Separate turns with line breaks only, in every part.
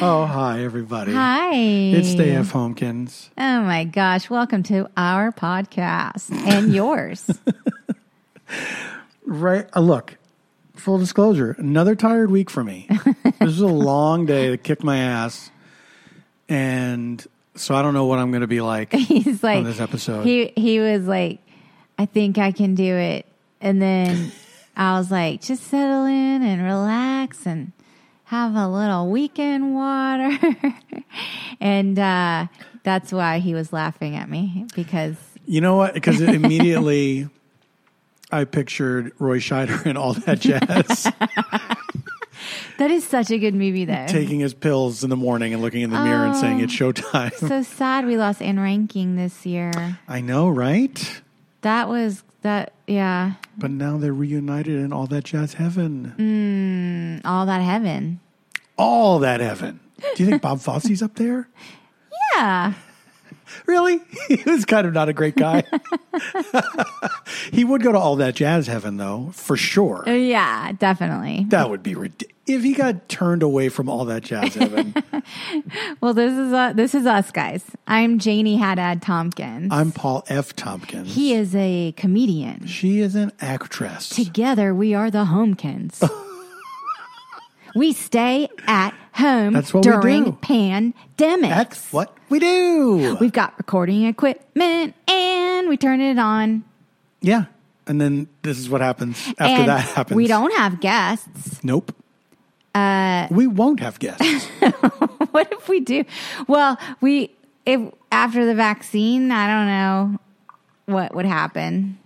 Oh, hi, everybody.
Hi.
It's Dan Pumpkins.
Oh my gosh. Welcome to our podcast and yours.
Right. Uh, look, full disclosure, another tired week for me. this was a long day that kicked my ass. And so I don't know what I'm going to be like.
He's like
this episode.
He he was like, I think I can do it. And then I was like, just settle in and relax and have a little weekend water. and uh, that's why he was laughing at me because
You know what? Because immediately I pictured Roy Scheider and all that jazz
that is such a good movie though.
taking his pills in the morning and looking in the mirror and saying, It's showtime.
so sad we lost in ranking this year.
I know, right?
That was that yeah.
But now they're reunited in all that jazz heaven.
All that heaven.
All that heaven. Do you think Bob Fosse's up there?
Yeah.
Really? He was kind of not a great guy. he would go to all that jazz heaven, though, for sure.
Oh, Yeah, definitely.
That would be ridiculous. If he got turned away from all that jazz heaven,
Well, this is uh, this is us guys. I'm Janie Haddad Tompkins.
I'm Paul F. Tompkins.
he is a comedian.
she is an actress.
Together, we are the Homekins. we stay at home
That's what we
during
do.
pandemics.
That's what we do.
We've got recording equipment and we turn it on.
yeah. And then this is what happens after
and
that happens.
we don't have guests.
Nope. Uh, we won't have guests.
what if we do? Well, we if after the vaccine, I don't know what would happen.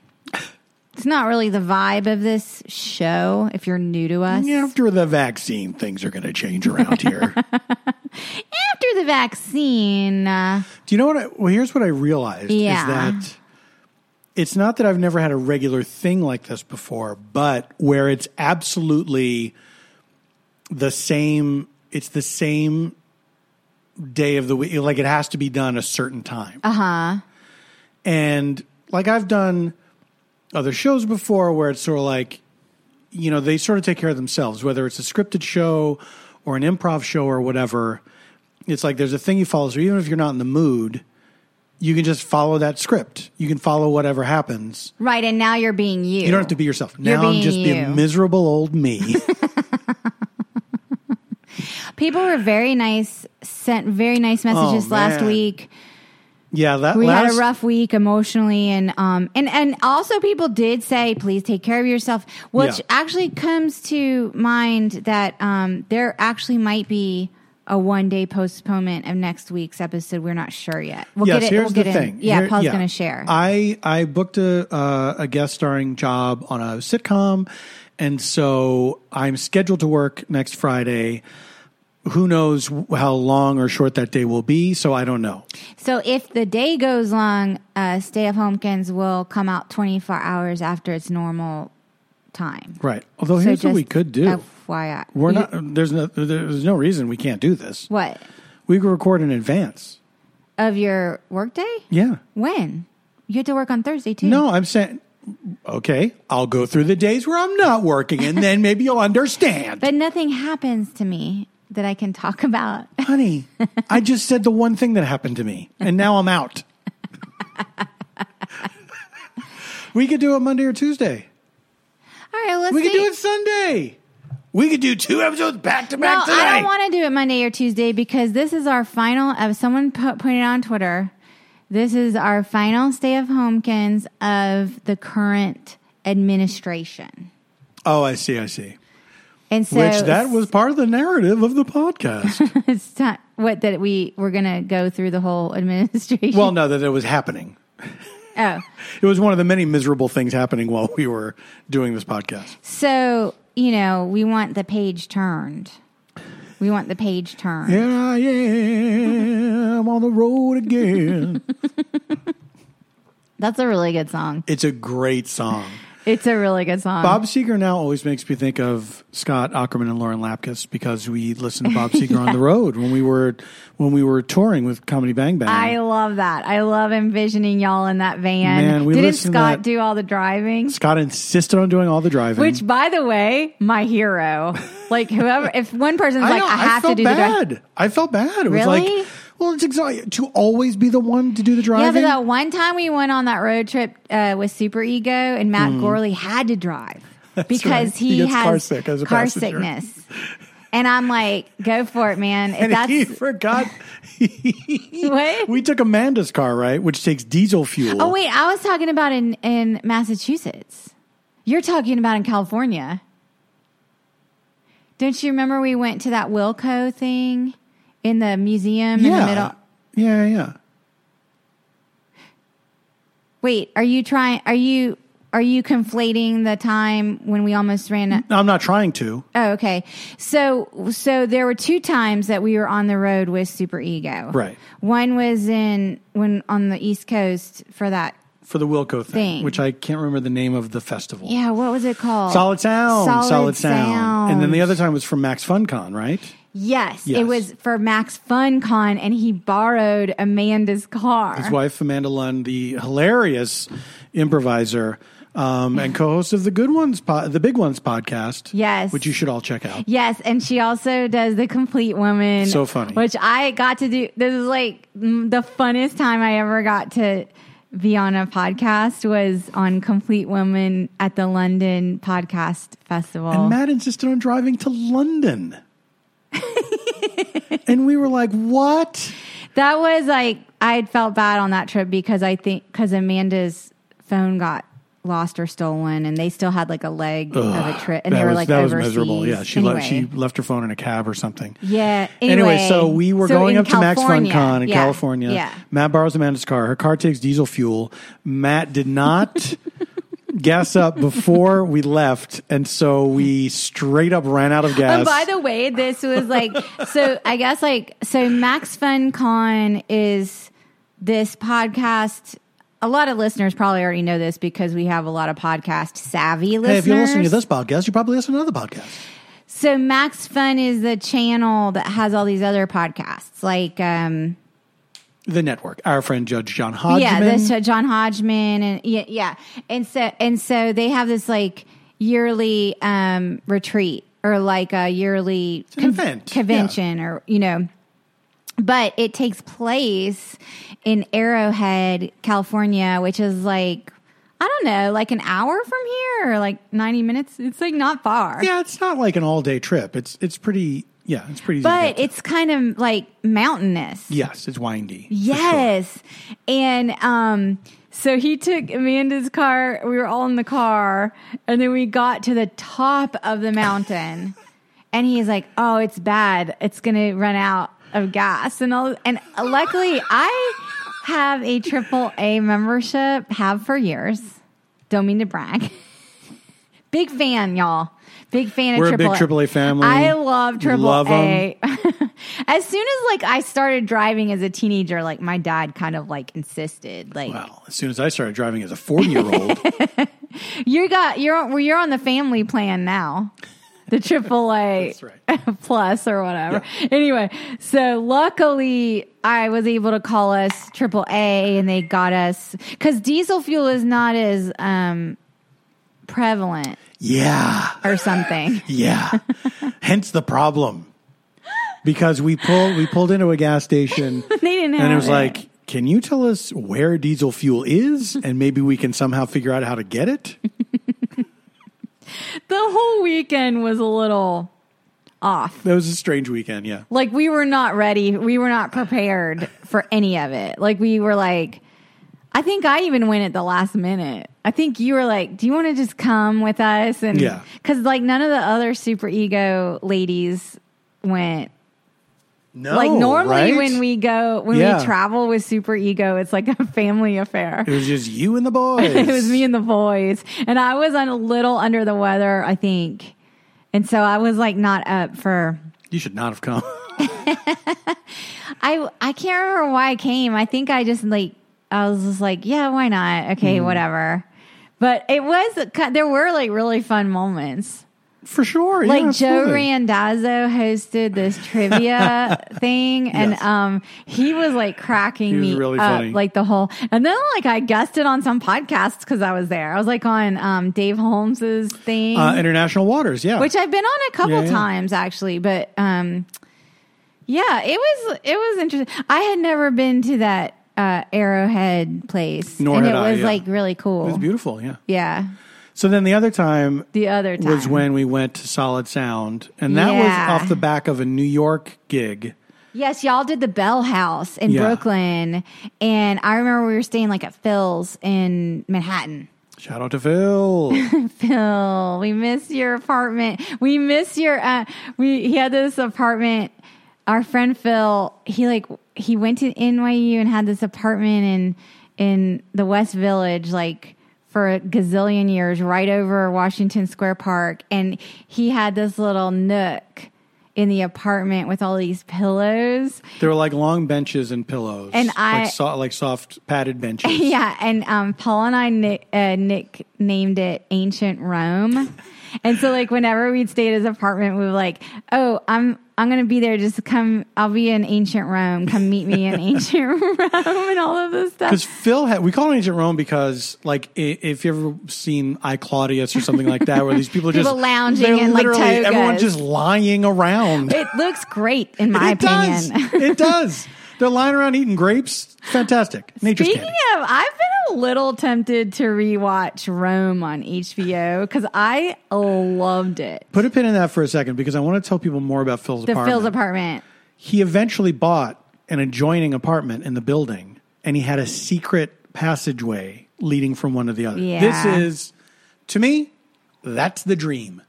It's not really the vibe of this show if you're new to us.
After the vaccine, things are going to change around here.
After the vaccine, uh,
Do you know what? I, well, here's what I realized
Yeah.
is that it's not that I've never had a regular thing like this before, but where it's absolutely the same. It's the same day of the week. Like it has to be done a certain time. Uh huh. And like I've done other shows before, where it's sort of like you know they sort of take care of themselves whether it's a scripted show or an improv show or whatever it's like there's a thing you follow so even if you're not in the mood you can just follow that script you can follow whatever happens
right? And now you're being you.
you don't have to be yourself
You're
now i'm
being
just being
you.
miserable old me
People were very nice. Sent very nice messages last
Oh, man.
week.
yeah that
We
last
had a rough week emotionally, and um, and and also people did say, please take care of yourself, which
Yeah.
actually comes to mind that um, there actually might be a one day postponement of next week's episode. We're not sure yet. We'll
yes,
get it.
here's
We'll get
the
it.
thing.
In. Yeah,
Here- Uh,
Paul's going to share.
I I booked a uh, a guest starring job on a sitcom, and so I'm scheduled to work next Friday. Who knows wh- how long or short that day will be? So I don't know.
so if the day goes long, uh, Stay of Homekins will come out twenty four hours after its normal time.
Right. Although
So
here's what
just
we could do.
FYI,
We're
You-
not. There's no. There's no reason we can't do this.
what
We could record in advance.
of your workday?
Yeah.
When you had to work on Thursday too?
No, I'm saying. Okay, I'll go through the days where I'm not working, and then maybe you'll understand.
But nothing happens to me that I can talk about.
honey, I just said the one thing that happened to me, and now I'm out. we could do it Monday or Tuesday.
All right, let's
We could
see.
do it Sunday. We could do two episodes back to
No,
back today.
I don't want to do it Monday or Tuesday because this is our final. As someone po- pointed on Twitter, this is our final stay of homekins of the current administration,
oh, I see. I see.
and so
Which that was part of the narrative of the podcast.
it's not what that we were going to go through the whole administration.
well, no, that it was happening.
oh,
It was one of the many miserable things happening while we were doing this podcast.
so you know we want the page turned. We want the page turned.
Here I am on the road again.
That's a really good song.
It's a great song.
It's a really good song.
Bob Seger now always makes me think of Scott Ackerman and Lauren Lapkus because we listened to Bob Seger on the road when we were when we were touring with Comedy Bang Bang.
I love that. I love envisioning y'all in that van.
Man, we
Didn't
listened to
Scott
that-
do all the driving?
Scott insisted on doing all the driving.
Which, by the way, my hero. Like whoever, if one person's like,
know,
I have to
felt
do the driving.
bad. I felt bad. It was
Really?
like, well, it's exhausting to always be the one to do the
Yeah, but
driving.
that one time we went on that road trip uh, with Super Ego, and Matt Gorley had to drive because
Mm-hmm. right.
he,
He gets
has
car sick as a
car
passenger.
sickness. And I'm like, go for it, man. If
and
that's
he forgot.
what.
we took Amanda's car, right, which takes diesel fuel.
Oh wait, I was talking about in in Massachusetts. You're talking about in California. Don't you remember we went to that Wilco thing in the museum in the middle?
Yeah, yeah.
Wait, are you trying? Are you are you conflating the time when we almost ran? a-
No, I'm not trying to.
Oh, okay. So so there were two times that we were on the road with Super Ego.
Right.
One was in when on the East Coast for that.
For the Wilco thing,
Thing.
which I can't remember the name of the festival.
Yeah, what was it called?
Solid Sound.
Solid
Solid, sound. And then the other time was from Max FunCon, right?
Yes, it
Yes.
was for Max FunCon, and he borrowed Amanda's car.
His wife, Amanda Lund, the hilarious improviser um, and co host of the Good Ones, po- the Big Ones podcast.
Yes.
Which you should all check out.
Yes, and she also does the complete woman.
So funny.
Which I got to do. This is like mm, the funnest time I ever got to be on a podcast was on Complete Woman at the London Podcast Festival.
And Matt insisted on driving to London. and we were like, what?
that was like I had felt bad on that trip because I think because Amanda's phone got lost or stolen, and they still had like a leg of a trip, and
that
they were
was,
like
that was
overseas.
miserable. Yeah, she,
anyway.
left, she left her phone in a cab or something.
Yeah. Anyway,
Anyway, so we were
so
going
in
up to Max Fun
California.
Con in
Yeah.
California.
Yeah.
Matt borrows Amanda's car. Her car takes diesel fuel. Matt did not gas up before we left, and so we straight up ran out of gas.
And by the way, this was like so I guess like so Max Fun Con is this podcast a lot of listeners probably already know this because we have a lot of podcast savvy listeners.
hey, if you're listening to this podcast, you probably listen to another podcast.
So Max Fun is the channel that has all these other podcasts. Like um
The network. Our friend Judge John Hodgman.
yeah, this uh, John Hodgman and yeah, yeah. And so and so they have this like yearly um retreat or like a yearly
an event, yeah.
convention or you know but it takes place in Arrowhead, California, which is like I don't know, like an hour from here or like 90 minutes. It's like not far.
yeah, it's not like an all day trip. It's it's pretty. Yeah, it's pretty. easy to get
But
to.
it's kind of like mountainous.
yes, it's windy.
Yes. And um so he took Amanda's car. We were all in the car and then we got to the top of the mountain. and he's like, "Oh, it's bad. It's going to run out of gas." And all and luckily I have a triple A membership have for years. Don't mean to brag. big fan, y'all. Big fan
We're a
of
big
triple
AAA family.
I love triple
Love 'em.
A. as soon as like I started driving as a teenager, like my dad kind of like insisted, like
Well, as soon as I started driving as a 40 year old,
you got you're well, you're on the family plan now, the triple A
That's right.
plus or whatever. Anyway, so luckily I was able to call us triple A, and they got us because diesel fuel is not as um prevalent
yeah.
or something.
Yeah. Hence the problem. Because we pulled we pulled into a gas station
they didn't have
and it was
it.
like, "Can you tell us where diesel fuel is and maybe we can somehow figure out how to get it?"
the whole weekend was a little off.
That was a strange weekend, yeah.
like we were not ready we were not prepared for any of it like we were like i think i even went at the last minute i think you were like do you want to just come with us and
Yeah.
because like none of the other super ego ladies went
No.
like normally
Oh, right?
when we go when
Yeah.
we travel with super ego it's like a family affair
It was just you and the boys.
it was me and the boys and i was on a little under the weather i think and so i was like not up for
You should not have come.
I I can't
Mm-hmm.
remember why I came. I think I just like I was just like, yeah, why not? Okay, whatever. But it was there were like really fun moments.
For sure.
Like
yeah,
Joe
absolutely.
Randazzo hosted this trivia thing, and
Yes.
um, he was like cracking
He was
me
really
up,
funny.
like the whole. And then like I guested on some podcasts because I was there. I was like on um, Dave Holmes's thing,
Uh, International Waters, yeah.
which I've been on a couple
Yeah, yeah.
times actually, but um, yeah, it was it was interesting. I had never been to that uh, Arrowhead place,
Nor
and
had
it
I,
was
yeah.
like really
it was
cool.
beautiful, yeah.
Yeah,
So then the other time
the other time
was when we went to Solid Sound, and that
Yeah.
was off the back of a New York gig.
Yes, y'all did the Bell House in
Yeah.
Brooklyn, and I remember we were staying like at Phil's in Manhattan.
Shout out to Phil.
Phil, we miss your apartment. We miss your. Uh, we he had this apartment. Our friend Phil, he like he went to NYU and had this apartment in in the West Village, like for a gazillion years, right over Washington Square Park, and he had this little nook in the apartment with all these pillows
There were like long benches and pillows,
And I-
like, so, like soft padded benches.
Yeah, and um, Paul and I nick, uh, nicknamed it Ancient Rome, and so like whenever we'd stay at his apartment, we were like, "Oh, I'm I'm gonna be there. Just come. I'll be in Ancient Rome. Come meet me in Ancient Rome and all of this
Because
stuff."
Phil had, we call it ancient Rome because, like, i- if you've ever seen I Claudius or something like that, where these people are just
People lounging
they're
in, like,
literally everyone
togas.
just lying around.
It looks great in my
it
opinion.
does. It does. They're lying around eating grapes. Fantastic. Nature's
Speaking
candy.
of, I've been a little tempted to rewatch Rome on HBO because I loved it.
Put a pin in that for a second because I want to tell people more about Phil's
The
apartment.
Phil's apartment.
he eventually bought an adjoining apartment in the building and he had a secret passageway leading from one to the other.
Yeah.
This is, to me, that's the dream.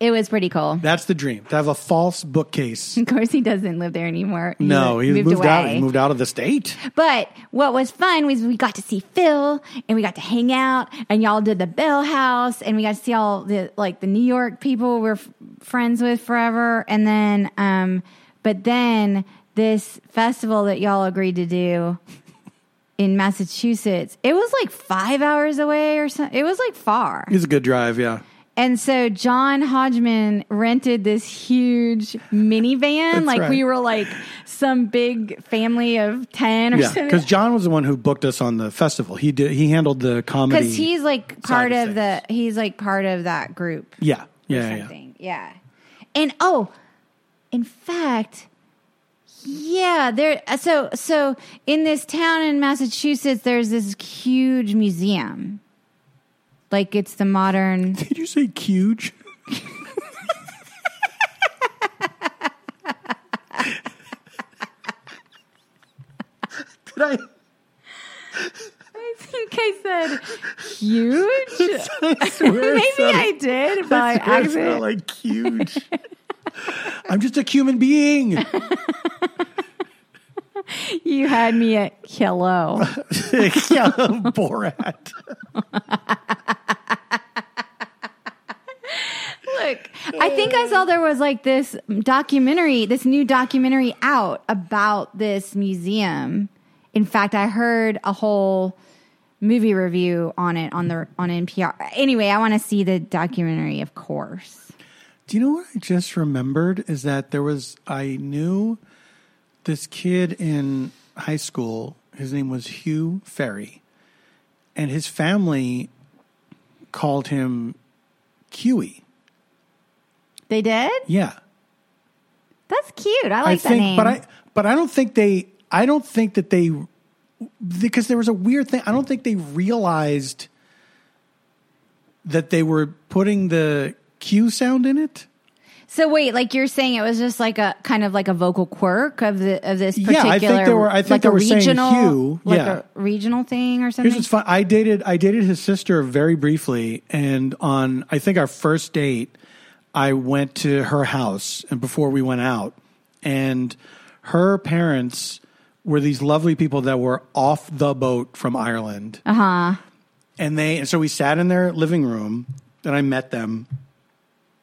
It was pretty cool.
That's the dream to have a false bookcase.
Of course, he doesn't live there anymore. He
No,
li-
he moved, out.
away.
He moved out of the state.
But what was fun was we got to see Phil and we got to hang out and y'all did the Bell House and we got to see all the like the New York people we're f- friends with forever and then um but then this festival that y'all agreed to do in Massachusetts it was like 5 hours away or something it was like far
He's a good drive. Yeah,
and so John Hodgman rented this huge minivan.
That's
like
right.
we were like some big family of 10 or
yeah.
something.
Because John was the one who booked us on the festival. He did. He handled the comedy.
Because he's like part
of
of, the, he's like part of that group
yeah,
or
yeah, yeah, yeah.
something. Yeah. And oh, in fact, yeah, there, uh, so, so in this town in Massachusetts, there's this huge museum. Like it's the modern.
Did you say huge? Did I?
I think I said huge.
I swear it
Maybe
sounded-
I did by
I swear it sounded
accident.
like huge. I'm just a human being.
you had me at hello.
yeah, Borat.
Look, I think I saw there was like this documentary, this new documentary out about this museum. In fact, I heard a whole movie review on it on the on NPR. Anyway, I want to see the documentary, of course.
Do you know what I just remembered is that there was I knew this kid in high school. His name was Hugh Ferry, and his family called him Huey.
They did?
Yeah,
That's cute. I like
I
that
think,
name.
but I but I don't think they. I don't think that they because there was a weird thing. I don't think they realized that they were putting the Q sound in it.
So wait, like you're saying, it was just like a kind of like a vocal quirk of the of this particular.
Yeah, I think they were- I think
like
they
a
were saying
regional,
hue,
like
yeah.
a regional thing or
Here's
something.
what's fun. I dated I dated his sister very briefly, and on I think our first date, I went to her house, and before we went out, and her parents were these lovely people that were off the boat from Ireland, uh huh, and they and so we sat in their living room, and I met them,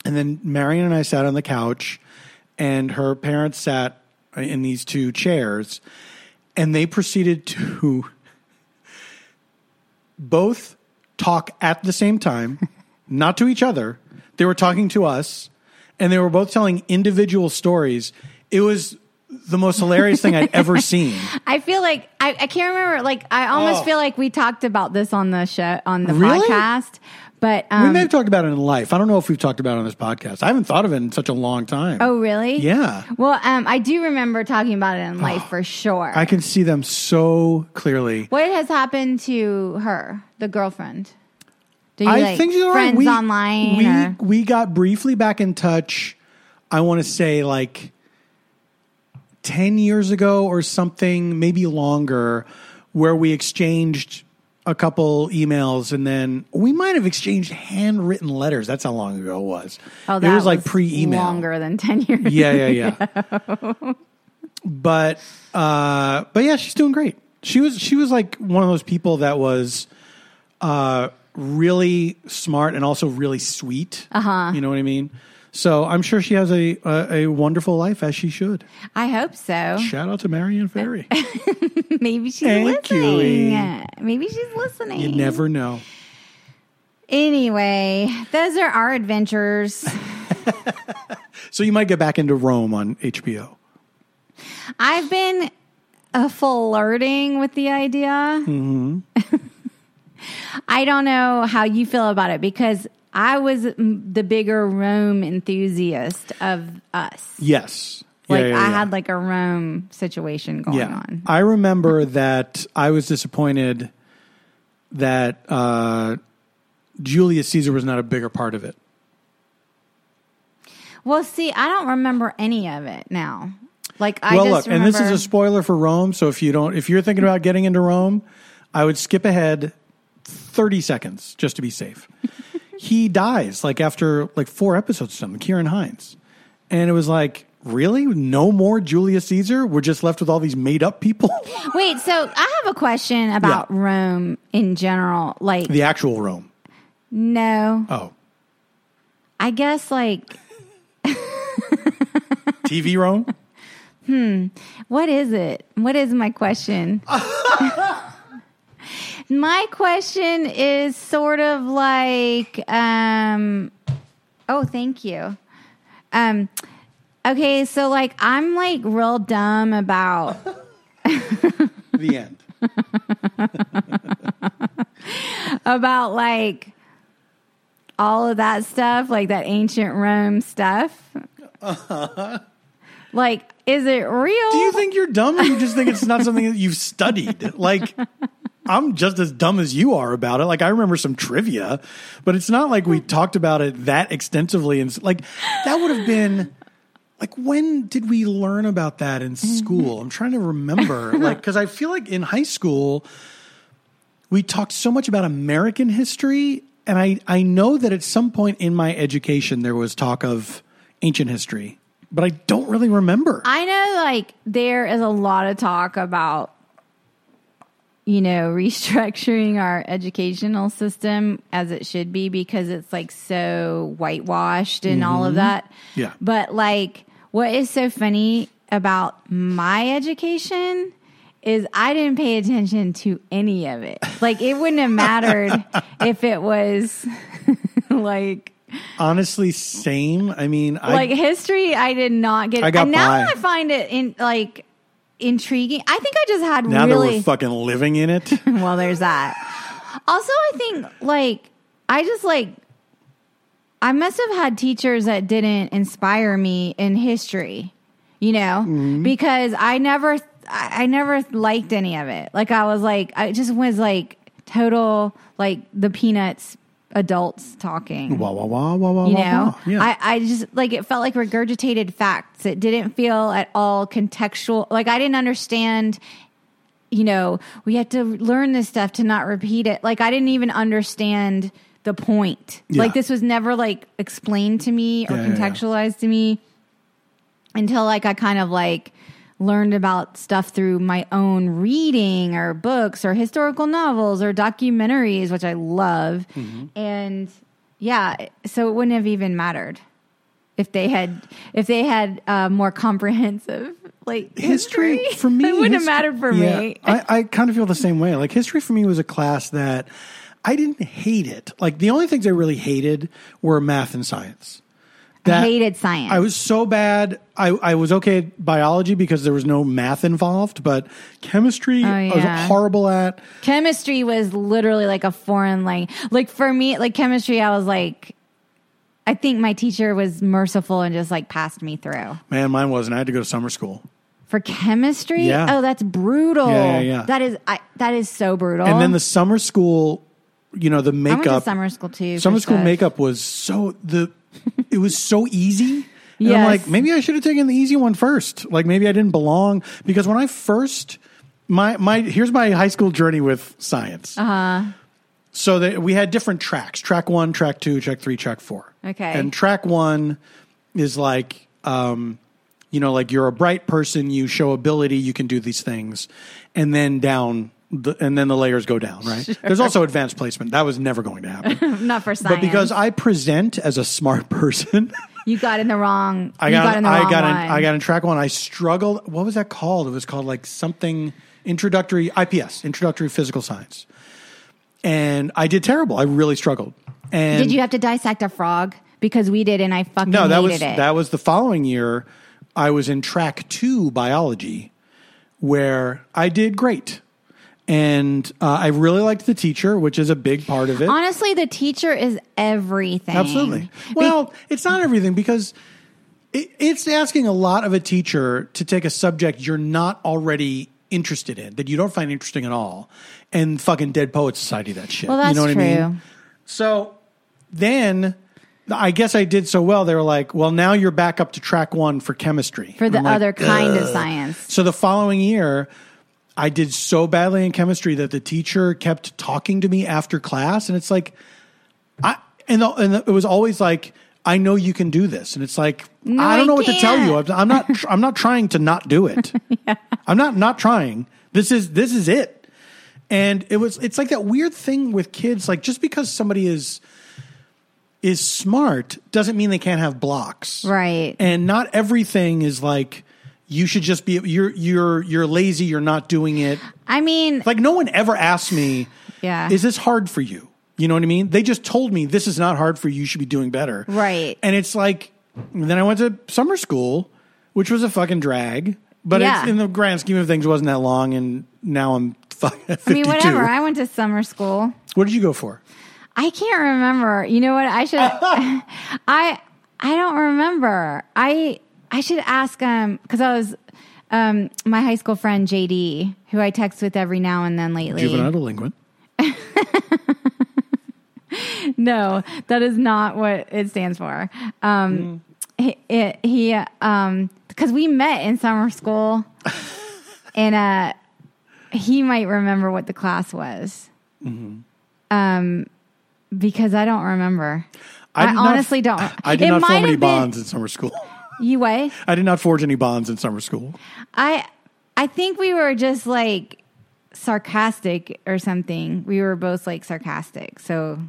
and then Marion and I sat on the couch, and her parents sat in these two chairs, and they proceeded to both talk at the same time, not to each other. They were talking to us, and they were both telling individual stories. It was the most hilarious thing I'd ever seen.
I feel like I, I can't remember. Like I almost
Oh.
feel like we talked about this on the show on the
Really?
podcast, but
We
um,
may have talked about it in life. I don't know if we've talked about it on this podcast. I haven't thought of it in such a long time.
oh really?
Yeah. Oh.
Well, um, I do remember talking about it in life for sure.
I can see them so clearly.
what has happened to her, the girlfriend? Do you
I
like
think you know
friends
right. we,
online?
We
or-
we got briefly back in touch. I want to say like ten years ago or something, maybe longer, where we exchanged a couple emails, and then we might have exchanged handwritten letters. That's how long ago it was.
oh,
it
that
was like pre-email.
longer than ten years.
Yeah, yeah, yeah. but uh but yeah, she's doing great. She was she was like one of those people that was uh really smart and also really sweet. Uh-huh. You know what I mean? So I'm sure she has a a, a wonderful life as she should.
I hope so.
Shout out to Marianne Ferry.
Maybe she's
Thank you,
listening.
Lee.
Maybe she's listening.
you never know.
Anyway, those are our adventures.
So you might get back into Rome on HBO.
I've been uh, flirting with the idea.
Mm-hmm.
I don't know how you feel about it because I was mm, the bigger Rome enthusiast of us.
Yes. Yeah,
Like
yeah,
I
yeah.
had like a Rome situation going on.
I remember that I was disappointed that uh, Julius Caesar was not a bigger part of it.
Well, see, I don't remember any of it now. Like I
well,
just
look,
remember.
and this is a spoiler for Rome. So if you don't, if you're thinking about getting into Rome, I would skip ahead thirty seconds just to be safe. he dies like after like four episodes or something. Kieran Hines, and it was like. Really? No more Julius Caesar? We're just left with all these made up people?
Wait, so I have a question about
Yeah.
Rome in general. Like,
the actual Rome.
no,
Oh.
I guess like
TV Rome?
What is it? What is my question? my question is sort of like um oh, thank you. Um okay, so like I'm like real dumb about
the end.
about like all of that stuff, like that ancient Rome stuff. like is it real?
Do you think you're dumb or you just think it's not something that you've studied? Like, I'm just as dumb as you are about it. Like, I remember some trivia, but it's not like we talked about it that extensively. And s- like, that would have been like, when did we learn about that in school? I'm trying to remember. Like, because I feel like in high school, we talked so much about American history. And I, I know that at some point in my education, there was talk of ancient history, but I don't really remember.
I know, like, there is a lot of talk about, you know, restructuring our educational system as it should be because it's like so whitewashed and all of that.
Yeah.
But, like, what is so funny about my education is I didn't pay attention to any of it. Like, it wouldn't have mattered if it was like
honestly same i mean
like
i
history i did not get
I got
and now
pie.
i find it in like intriguing i think i just had
now that
really
we're fucking living in it
well there's that also i think like i just like i must have had teachers that didn't inspire me in history you know
Mm-hmm.
because i never i I never liked any of it like i was like i just was like total like the peanuts adults talking
wah wah wah wah wah
you
wah,
know
wah. yeah
I, I just like it felt like regurgitated facts it didn't feel at all contextual like i didn't understand you know we had to learn this stuff to not repeat it like i didn't even understand the point
Yeah.
like this was never like explained to me or
Yeah, yeah, yeah.
contextualized to me until like i kind of like learned about stuff through my own reading or books or historical novels or documentaries which i love
Mm-hmm.
and yeah so it wouldn't have even mattered if they had if they had uh, more comprehensive like history,
for me
it wouldn't have
history-
mattered for
yeah,
me
I, I kind of feel the same way like history for me was a class that I didn't hate it. Like the only things I really hated were math and science.
I hated science.
I was so bad. I, I was okay at biology because there was no math involved, but chemistry I
Oh, yeah.
was horrible at.
chemistry was literally like a foreign like like for me like chemistry I was like I think my teacher was merciful and just like passed me through.
Man, mine wasn't. I had to go to summer school.
For chemistry?
Yeah.
Oh, that's brutal.
Yeah, yeah, yeah.
That is I, that is so brutal.
And then the summer school, you know, the
I went to
makeup.
summer school too. for
summer school
stuff.
makeup was so the it was so easy and i'm
Yes.
like maybe i should have taken the easy one first like maybe i didn't belong because when i first my my here's my high school journey with science uh-huh so that we had different tracks track one track two track three track four
Okay.
and track one is like um you know like you're a bright person you show ability you can do these things and then down the, and then the layers go down right there's also advanced placement that was never going to happen
Not for science.
but because I present as a smart person,
you got in the wrong
I
you
got,
got in the wrong
I got
one.
in, I got in track one. I struggled. What was that called? It was called like something introductory IPS, introductory physical science. And I did terrible. I really struggled. And
Did you have to dissect a frog? Because we did, and I fucking
no, that
hated
was
it.
that was the following year. I was in track two biology, where I did great, and uh, I really liked the teacher, which is a big part of it.
Honestly, the teacher is everything.
Absolutely. Well, it's not everything because it, it's asking a lot of a teacher to take a subject you're not already interested in, that you don't find interesting at all, and fucking Dead Poets Society that shit.
Well, that's
you know what
true.
I mean? So then I guess I did so well. They were like, well, now you're back up to track one for chemistry.
For the
I'm like,
other kind of science.
so the following year, I did so badly in chemistry that the teacher kept talking to me after class, and it's like, I and, the, and the, it was always like, I know you can do this, and it's like, I don't
I
know what to tell you.
can't.
I'm, I'm not. tr- I'm not trying to not do it. I'm not not trying. This is this is it. And it was. It's like that weird thing with kids. Like just because somebody is is smart doesn't mean they can't have blocks
Right.
and not everything is like you should just be you're you're you're lazy you're not doing it
I mean,
like no one ever asked me
Yeah.
is this hard for you you know what i mean they just told me this is not hard for you you should be doing better
Right.
and it's like and then i went to summer school which was a fucking drag but
Yeah.
it's, in the grand scheme of things it wasn't that long and now i'm fucking 52
I mean, whatever. I went to summer school.
what did you go for
I can't remember. You know what? I should. I I don't remember. I I should ask um because I was um my high school friend JD who I text with every now and then lately.
juvenile delinquent
no, that is not what it stands for. Um, he, it, he um, because we met in summer school, and uh, he might remember what the class was. Um, because I don't remember. I
did not-
honestly don't.
i did
It
not
might
form any
have been-
bonds in summer school
You what?
i did not forge any bonds in summer school
I I think we were just like sarcastic or something. We were both like sarcastic, so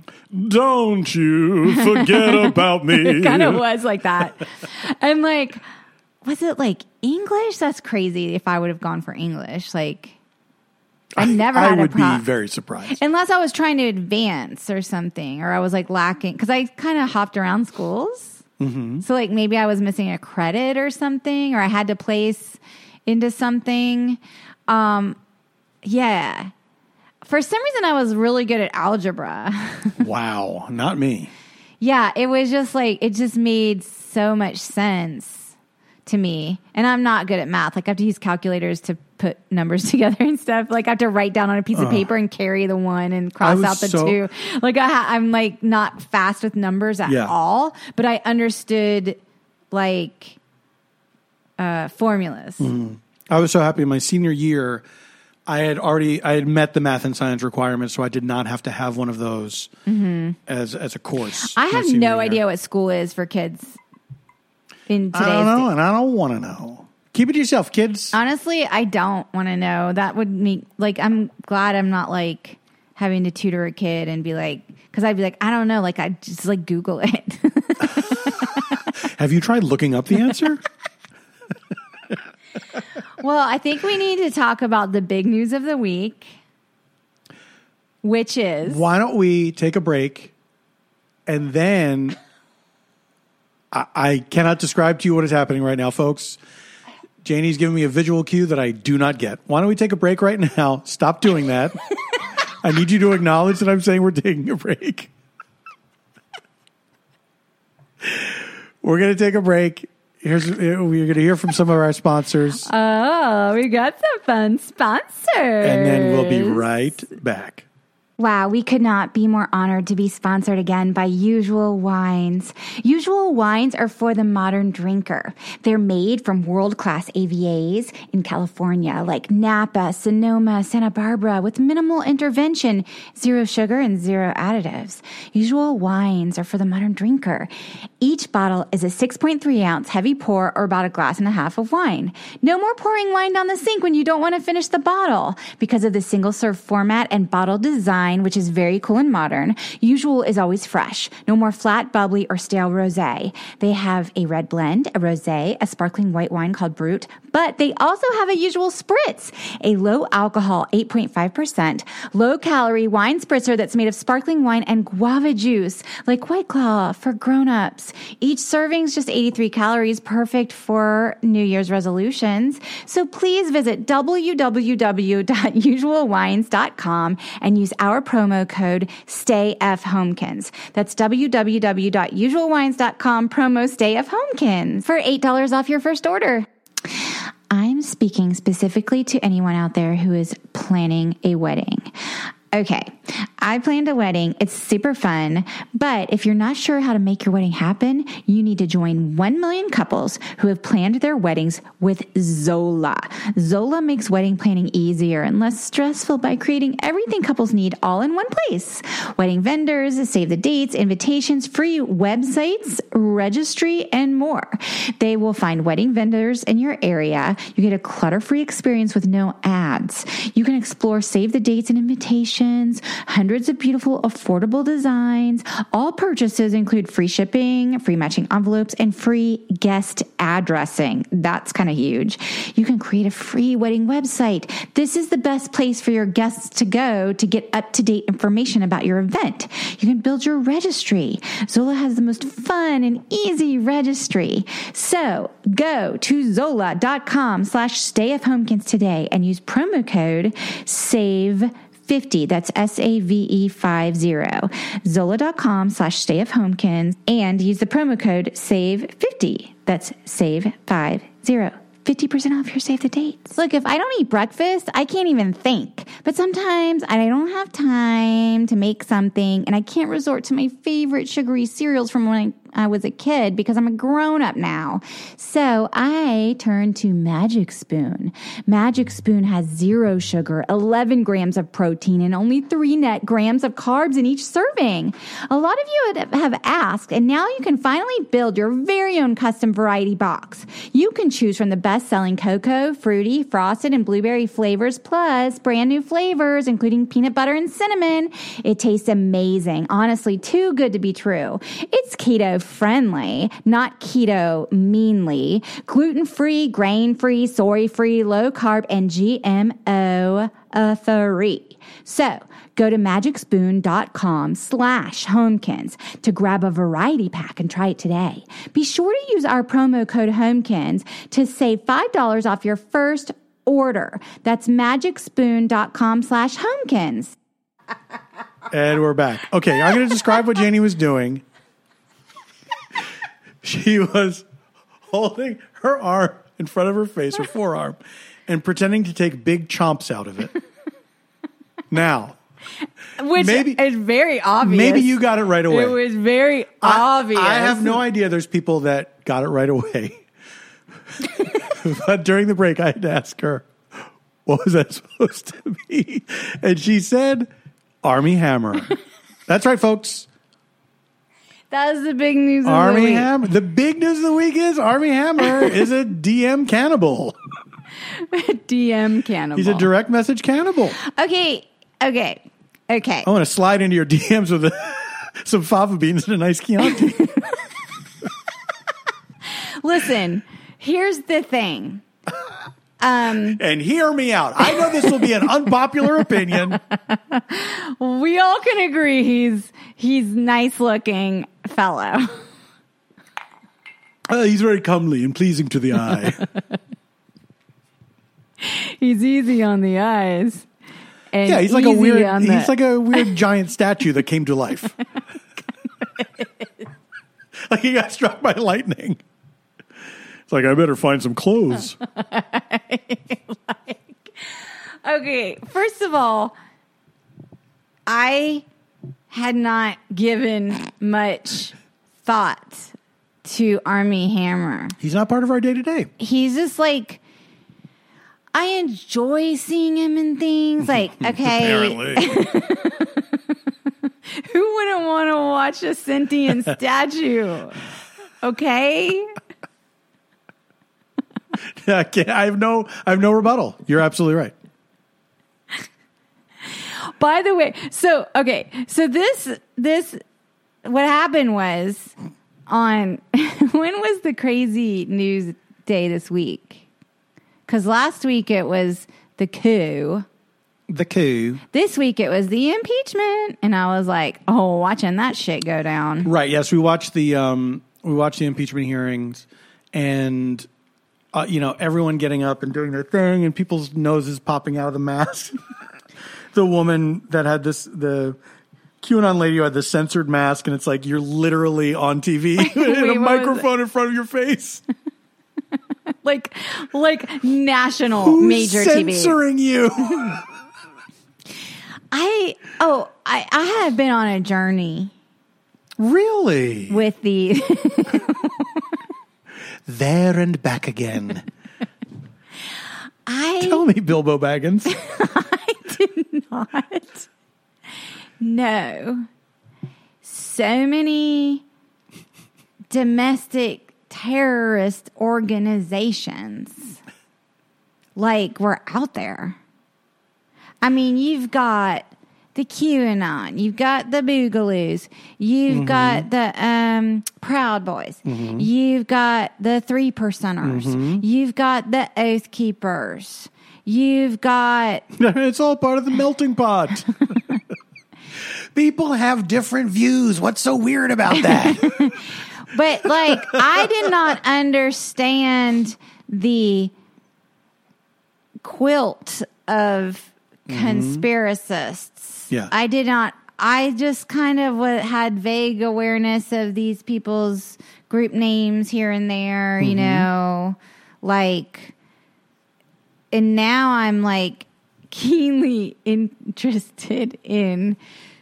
Don't you forget about me.
kind of was like that. and like, was it like English? That's crazy. If I would have gone for English, like, I never
I
had
would
a pro-
be very surprised.
Unless I was trying to advance or something, or I was like lacking, because I kind of hopped around schools.
Mm-hmm.
So, like, maybe I was missing a credit or something, or I had to place into something. Um, yeah. For some reason, I was really good at algebra.
wow, not me.
Yeah, it was just like it just made so much sense to me. And I'm not good at math. Like I have to use calculators to put numbers together and stuff. Like I have to write down on a piece of paper and carry the one and cross
Uh. was
out the
so-
two. Like I ha- I'm like not fast with numbers at
Yeah.
all, but I understood like uh formulas.
Mm-hmm. I was so happy my senior year. I had already I had met the math and science requirements, so I did not have to have one of those as as a course.
Mm-hmm. I
my
have
senior
no
year.
idea what school is for kids in today's Uh,
I don't know, and I don't want to know. Keep it to yourself, kids.
Honestly, I don't want to know. That would make like I'm glad I'm not like having to tutor a kid and be like because I'd be like I don't know. Like I just like Google it.
have you tried looking up the answer?
well, I think we need to talk about the big news of the week.
which is
Why don't we take a break and then I, I cannot describe to you what is happening right now, folks. Janie's giving me a visual cue that I do not get. Why don't we take a break right now? Stop doing that. I need you to acknowledge that I'm saying we're taking a break. we're going to take a break. Here's uh, we're going to hear from some of our sponsors,
oh, we got some fun sponsors,
and then we'll be right back.
Wow, we could not be more honored to be sponsored again by Usual Wines. Usual Wines are for the modern drinker. They're made from world class AVAs in California, like Napa, Sonoma, Santa Barbara, with minimal intervention, zero sugar, and zero additives. Usual Wines are for the modern drinker. Each bottle is a 6.3 ounce heavy pour or about a glass and a half of wine. No more pouring wine down the sink when you don't want to finish the bottle. Because of the single serve format and bottle design, which is very cool and modern, Usual is always fresh. No more flat, bubbly, or stale rosé. They have a red blend, a rosé, a sparkling white wine called Brut, but they also have a Usual spritz, a low alcohol 8.5%, low calorie wine spritzer that's made of sparkling wine and guava juice, like White Claw for grown-ups. Each serving's just 83 calories, perfect for New Year's resolutions. So please visit www.usualwines.com and use our promo code STAYFHOMEKINS. That's www.usualwines.com promo STAYFHOMEKINS for $8 off your first order. I'm speaking specifically to anyone out there who is planning a wedding. Okay, I planned a wedding. It's super fun. But if you're not sure how to make your wedding happen, you need to join 1 million couples who have planned their weddings with Zola. Zola makes wedding planning easier and less stressful by creating everything couples need all in one place wedding vendors, save the dates, invitations, free websites, registry, and more. They will find wedding vendors in your area. You get a clutter free experience with no ads. You can explore save the dates and invitations, hundreds of beautiful, affordable designs. All purchases include free shipping, free matching envelopes, and free guest addressing. That's kind of huge. You can create a free wedding website. This is the best place for your guests to go to get up to date information about your event. You can build your registry. Zola has the most fun and easy registry. So go to zola.com slash stay of homekins today and use promo code SAVE 50. That's S A V E 50. Zola.com slash stay of homekins and use the promo code SAVE50. That's SAVE 50. 50% off your save the dates. Look, if I don't eat breakfast, I can't even think. But sometimes I don't have time to make something and I can't resort to my favorite sugary cereals from when I, I was a kid because I'm a grown up now. So I turn to Magic Spoon. Magic Spoon has zero sugar, 11 grams of protein, and only three net grams of carbs in each serving. A lot of you had- have asked, and now you can finally build your very own custom variety box. You can choose from the best selling cocoa, fruity, frosted, and blueberry flavors, plus brand new flavors, including peanut butter and cinnamon. It tastes amazing. Honestly, too good to be true. It's keto friendly, not keto meanly. Gluten free, grain free, soy free, low carb, and GMO free. So go to magicspoon.com slash homekins to grab a variety pack and try it today. Be sure to use our promo code homekins to save $5 off your first order. That's magicspoon.com slash homekins.
And we're back. Okay, I'm going to describe what Janie was doing. She was holding her arm in front of her face, her forearm, and pretending to take big chomps out of it. Now,
Which
Maybe-
is very obvious.
maybe you got it right away.
It was very
I-
obvious.
I have no idea. There's people that got it right away. but during the break, I had to ask her, what was that supposed to be? And she said, Army Hammer. That's right, folks.
That is the big news. of the
Army
week.
Hammer. The big news of the week is Army Hammer is a DM cannibal.
DM cannibal.
He's a direct message cannibal.
Okay, okay, okay.
I want to slide into your DMs with a, some fava beans and a nice Chianti.
Listen,
Here's the thing.
Um,
And hear me out. I know this will be an unpopular opinion.
We all can agree he's he's nice looking fellow.
Uh, he's very comely and pleasing to the eye.
He's easy on the eyes. And
Yeah, he's like a
easy
weird.
on the-
He's like a weird giant statue that came to life. like he got struck by lightning. It's like I better find some clothes.
Okay, first of all, I had not given much thought to Army Hammer.
He's not part of our day to day.
He's just like
I enjoy seeing him in things like okay,
who wouldn't want to watch a sentient statue? Okay?
I, can't, I have no. I have no rebuttal. You're absolutely right.
By the way, so okay, so this this what happened was on when was the crazy news day this week? Because last week it was the coup.
The coup.
This week it was the impeachment, and I was like, "Oh, watching that shit go down."
Right. Yes, we watched the um, we watched the impeachment hearings, and uh, you know everyone getting up and doing their thing, and people's noses popping out of the mask. the woman that had this the QAnon lady who had the censored mask, and it's like you're literally on TV in a
Wait, what was
microphone in front of your face.
Like, like national
Who's
major TV.
censoring you?
I oh, I I have been on a journey
really?
with the
There and back again.
I
Tell me, Bilbo Baggins.
not. No. So many domestic terrorist organizations like were out there. I mean, you've got the QAnon, you've got the Boogaloos, you've got the um, Proud Boys, you've got the Three Percenters, you've got the Oath Keepers, you've got
it's all part of the melting pot. People have different views. What's so weird about that?
But like, I did not understand the quilt of conspiracists.
Yeah.
I did not. I just kind of wa- had vague awareness of these people's group names here and there, you know, like, and now I'm like keenly interested in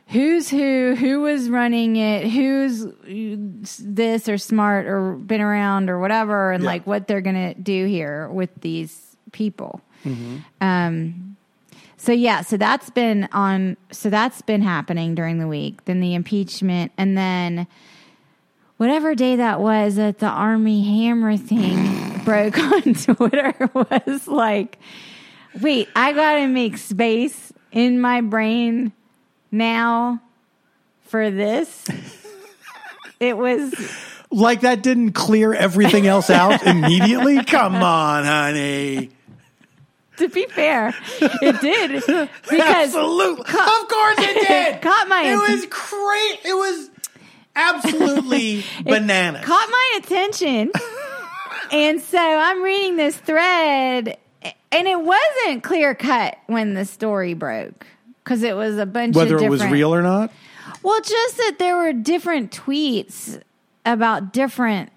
who's who, who was running it, who's this or smart or been around or whatever, and
Yeah.
like what they're gonna do here with these people. Um, so yeah, so that's been on. So that's been happening during the week. Then the impeachment, and then whatever day that was that the army hammer thing broke on Twitter was like, wait, I gotta make space in my brain now for this. It was
like that didn't clear everything else out immediately? Come on, honey.
to be fair, it did because
Absolutely. of course it did.
Caught my-
It was great. It was absolutely bananas.
caught my attention. and so I'm reading this thread, and it wasn't clear cut when the story broke because it was a bunch
Whether
of
it was
different,
real or not,
Well, just that there were different tweets about different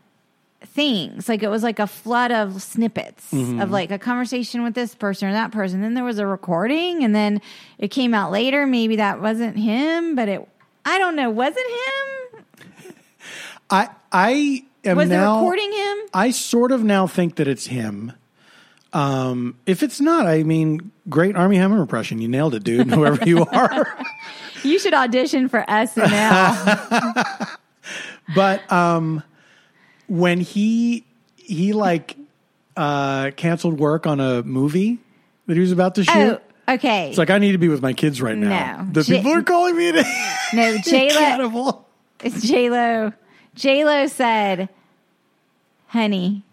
things. Like it was like a flood of snippets
Mm-hmm.
of like a conversation with this person or that person. Then there was a recording, and then it came out later. Maybe that wasn't him, but it. I don't know. Was it him?
I I am
Was
now
the recording him?
I sort of now think that it's him. Um, if it's not, I mean, great Army Hammer impression. You nailed it, dude. Whoever you are.
You should audition for SNL.
But um, when he he like uh, canceled work on a movie that he was about to shoot,
oh, okay.
it's like I need to be with my kids right now.
No.
The
J-
people are calling me an
no, J-Lo,
cannibal.
J-Lo, J-Lo said, honey,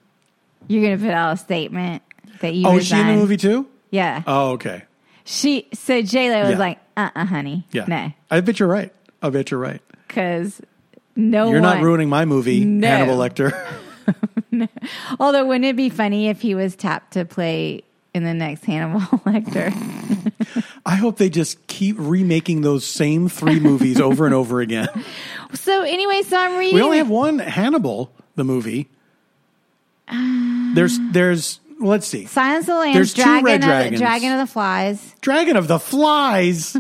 you're going to put out a statement
that you
Oh, is she in the
designed.
movie too?
Yeah.
Oh, okay.
she so J Lo was
Yeah.
like, uh uh honey.
Yeah.
No.
I bet you're right. I bet you're right.
Cause no
You're not
one-
ruining my movie,
No.
Hannibal Lecter.
Although wouldn't it be funny if he was tapped to play in the next Hannibal Lecter?
I hope they just keep remaking those same three movies over and over again.
so anyway, so I'm reading
We only have one Hannibal, the movie. There's, there's, let's see.
Silence of the Lambs,
There's two
Dragon,
Red
of,
Dragons.
Dragon of the Flies.
Dragon of the Flies.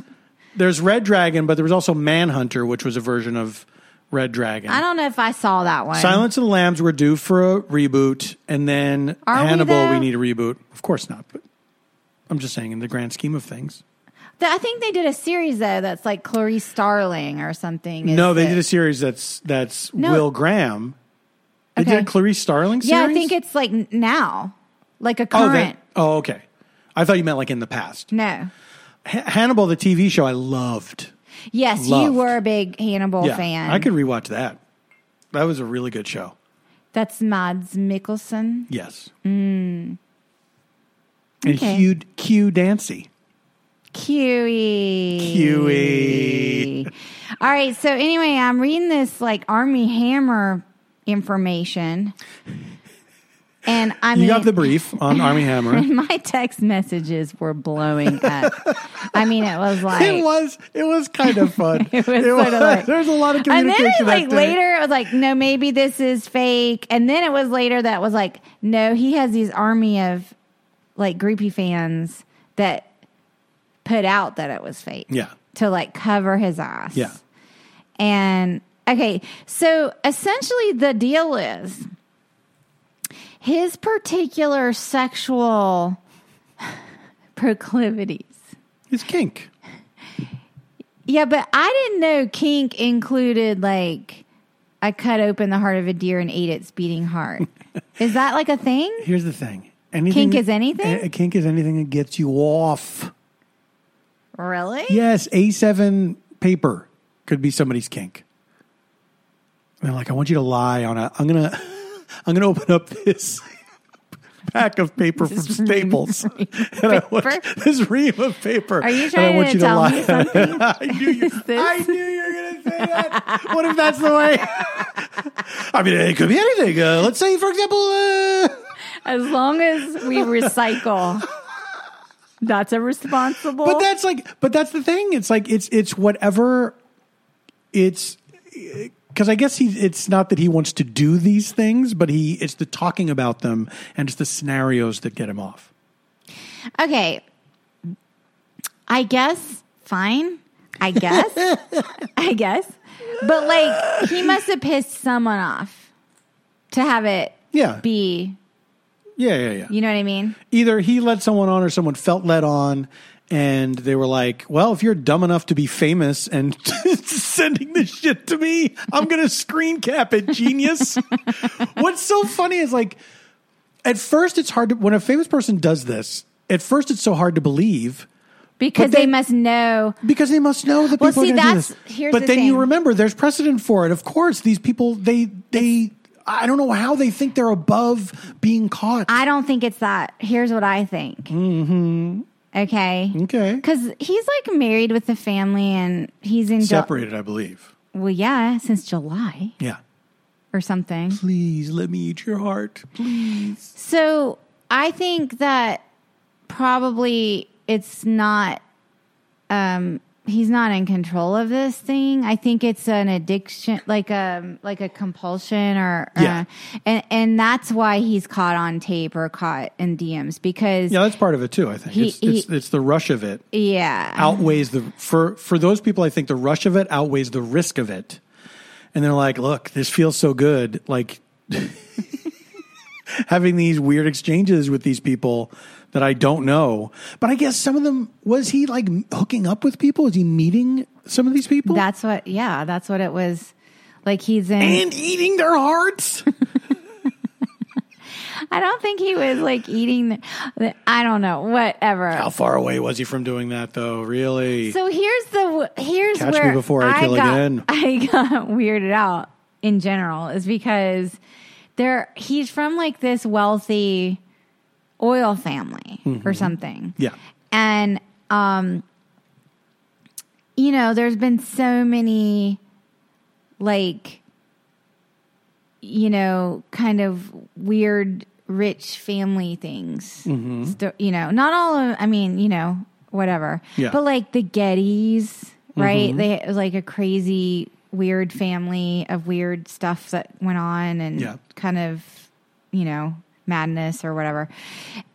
There's Red Dragon, but there was also Manhunter, which was a version of Red Dragon.
I don't know if I saw that one.
Silence of the Lambs were due for a reboot, and then
Are we,
Hannibal, we,
though?
need a reboot. Of course not, but I'm just saying, in the grand scheme of things.
Th- I think they did a series though that's like Clarice Starling or something. is
no, they
the-
did a series that's that's
No.
Will Graham. They
Okay.
did a Clarice Starling series?
Yeah, I think it's like n- now, like a
Oh,
current.
that, oh, okay. I thought you meant like in the past.
no.
H- Hannibal, the TV show, I loved.
Yes,
Loved.
you were a big Hannibal
Yeah,
fan.
I could rewatch that. That was a really good show.
That's Mads Mikkelsen.
Yes. And
Mm. Okay.
Hugh, Q Dancy.
Cuey.
Huey.
All right. So anyway, I'm reading this like Army Hammer information, and I mean,
You got the brief on Army Hammer.
my text messages were blowing up. I mean, it was like
It was it was kind of fun.
It was sort of like-
there was a lot of
And then
communication.
it, like
that day.
later, it was like, no, maybe this is fake. And then it was later that was like, no, he has these army of like groupie fans that put out that it was fake.
Yeah.
To like cover his ass.
Yeah.
And okay, so essentially the deal is his particular sexual proclivities.
It's kink.
Yeah, but I didn't know kink included like I cut open the heart of a deer and ate its beating heart. is that like a thing?
Here's the thing. Anything,
Kink is anything?
A, kink is anything that gets you off.
Really?
Yes, A7 paper could be somebody's kink. And they're like, I want you to lie on a. I'm gonna, I'm gonna open up this pack of paper from Staples. and I want-
paper?
this ream of paper.
Are you
and
trying
I want
to
you to
tell
lie
me
on it. I knew you.
this-
I knew you were gonna say that. what if that's the way? I mean, it could be anything. Uh, let's say, for example. Uh,
As long as we recycle. That's a responsible.
But that's like, but that's the thing. It's like it's it's whatever. It's because I guess he. It's not that he wants to do these things, but he. It's the talking about them and it's the scenarios that get him off.
okay. I guess fine. I guess. I guess. But like he must have pissed someone off to have it
Yeah.
be,
yeah, yeah, yeah.
you know what I mean?
Either he led someone on, or someone felt led on. And they were like, "Well, if you're dumb enough to be famous and sending this shit to me, I'm gonna screen cap it, genius." What's so funny is like at first it's hard to when a famous person does this at first it's so hard to believe
Because
they-
they must know
because they must know that people
Well,
are
see,
going to do
that's-
this
here's
but
the
then you
thing.
remember there's precedent for it of course these people they they i don't know how they think they're above being caught
I don't think it's that. Here's what I think. Mm-hmm. Okay.
okay
Because he's like married with the family and he's in. Ju-
separated i believe
well, yeah, since July
yeah
or something.
please let me eat your heart
So I think that probably it's not. Um, he's not in control of this thing. I think it's an addiction, like a like a compulsion, or
Yeah.
uh, and and that's why he's caught on tape or caught in DMs because
yeah that's part of it too i think
He-
it's, it's,
he-
it's the rush of it
yeah.
outweighs the for for those people i think the rush of it outweighs the risk of it and they're like look this feels so good like having these weird exchanges with these people that i don't know but i guess some of them was he like hooking up with people is he meeting some of these people
That's what, yeah, that's what it was. Like he's in.
and eating their hearts
I don't think he was like eating. The, I don't know. Whatever.
how far away was he from doing that though really
So here's the here's
Catch me
where
before I kill
got,
again.
I got weirded out in general is because there he's from like this wealthy oil family
Mm-hmm.
or something.
Yeah.
And um you know, there's been so many like you know, kind of weird rich family things. Sto- you know, not all of I mean, you know, whatever.
Yeah.
But like the Gettys, right? They it was like a crazy weird family of weird stuff that went on and
Yeah.
kind of you know, madness or whatever.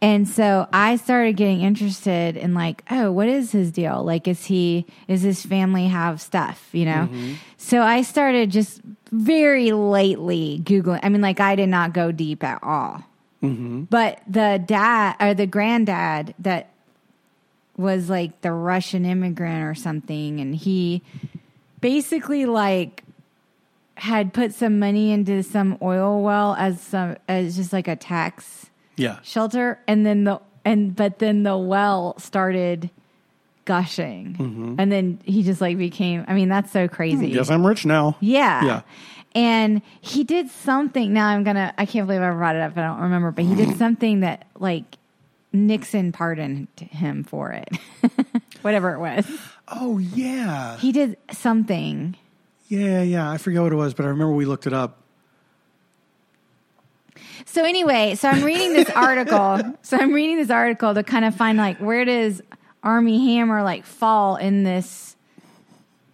And so I started getting interested in like, oh, what is his deal? Like, is he, is his family have stuff, you know? So I started just very lightly Googling. I mean, like, I did not go deep at all. But the dad or the granddad that was like the Russian immigrant or something, and he basically like had put some money into some oil well as some as just like a tax
Yeah.
shelter, and then the and but then the well started gushing, and then he just like became. I mean, that's so crazy.
Hmm, Yes, I'm rich now.
Yeah.
Yeah.
And he did something. Now I'm going to, I can't believe I brought it up. I don't remember, but he did something that like Nixon pardoned him for it, whatever it was.
Oh yeah.
He did something.
Yeah, yeah. I forget what it was, but I remember we looked it up.
So anyway, so I'm reading this article. so I'm reading this article to kind of find like where does Army Hammer like fall in this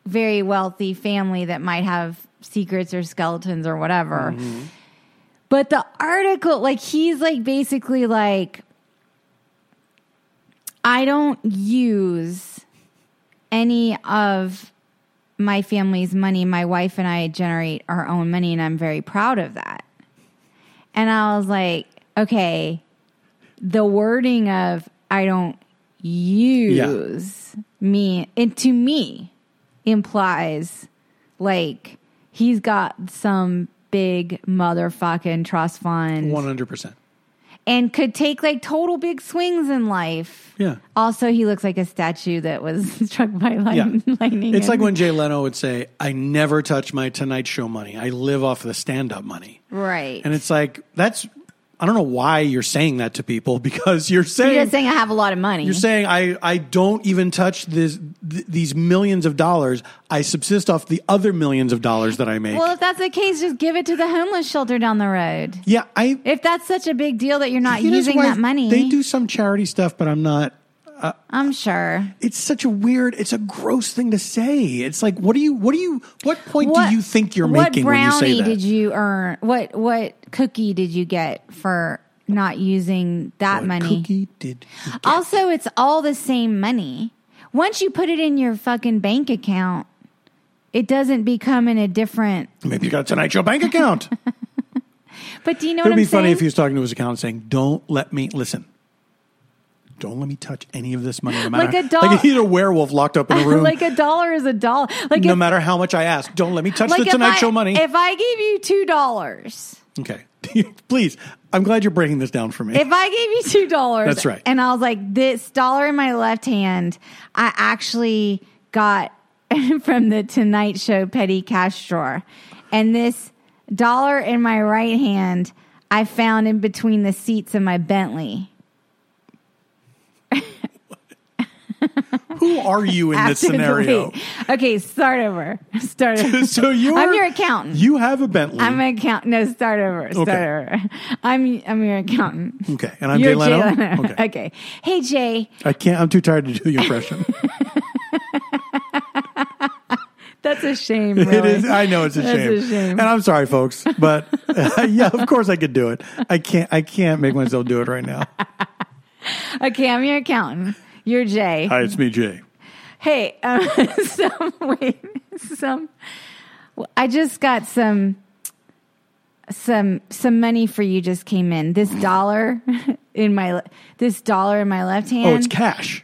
very wealthy family that might have secrets or skeletons or whatever. But the article like he's like basically like I don't use any of my family's money. My wife and I generate our own money and I'm very proud of that. And I was like, okay, the wording of I don't use me it to me implies like he's got some big motherfucking trust fund
One hundred percent.
and could take like total big swings in life.
Yeah.
Also, he looks like a statue that was struck by lightning.
Yeah.
lightning
It's like
and-
when Jay Leno would say, I never touch my Tonight Show money. I live off the stand up money.
right.
And it's like, that's, I don't know why you're saying that to people because you're saying,
You're just saying I have a lot of money.
you're saying I, I don't even touch this, th- these millions of dollars. I subsist off the other millions of dollars that I make.
well, if that's the case, just give it to the homeless shelter down the road.
yeah. I,
If that's such a big deal that you're not
it is
using
why
that money,
They do some charity stuff, but I'm not,
I'm sure.
it's such a weird, it's a gross thing to say. It's like, what do you, what do you, what point do you think you're
what
making when you
brownie
say that?
did you earn? What what cookie did you get for not using that
What
money?
Cookie did you get?
Also, it's all the same money. Once you put it in your fucking bank account, it doesn't become in a different.
Maybe you got a Tonight Show bank account. It
But do you know
would
what
be
I'm
funny
saying?
if he was talking to his accountant saying, Don't let me listen. Don't let me touch any of this money, no matter
Like a doll-
like he's a werewolf locked up in a room.
like a dollar is a dollar. Like
no
if,
matter how much I ask, don't let me touch
like
the
if
Tonight
I-
Show money.
If I gave you two dollars,
okay, please. I'm glad you're breaking this down for me.
if I gave you two dollars,
That's right.
and I was like, this dollar in my left hand, I actually got from the Tonight Show petty cash drawer, and this dollar in my right hand, I found in between the seats of my Bentley.
Who are you in this
after the
scenario?
week. Okay, start over. Start over.
so you,
I'm your accountant.
You have a Bentley.
I'm an accountant. No, start over. Start
Okay.
over. I'm I'm your accountant.
okay, and I'm
You're
Jay Leno.
Leno.
Okay.
okay. Hey Jay,
I can't. I'm too tired to do the impression.
that's a shame. Really.
It is. I know it's a
That's
shame.
a shame.
and I'm sorry, folks, but yeah, of course I could do it. I can't. I can't make myself do it right now.
Okay, I'm your accountant. You're Jay.
Hi, it's me, Jay.
Hey, um, some wait, some. I just got some some some money for you. Just came in this dollar in my le- this dollar in my left hand.
Oh, it's cash.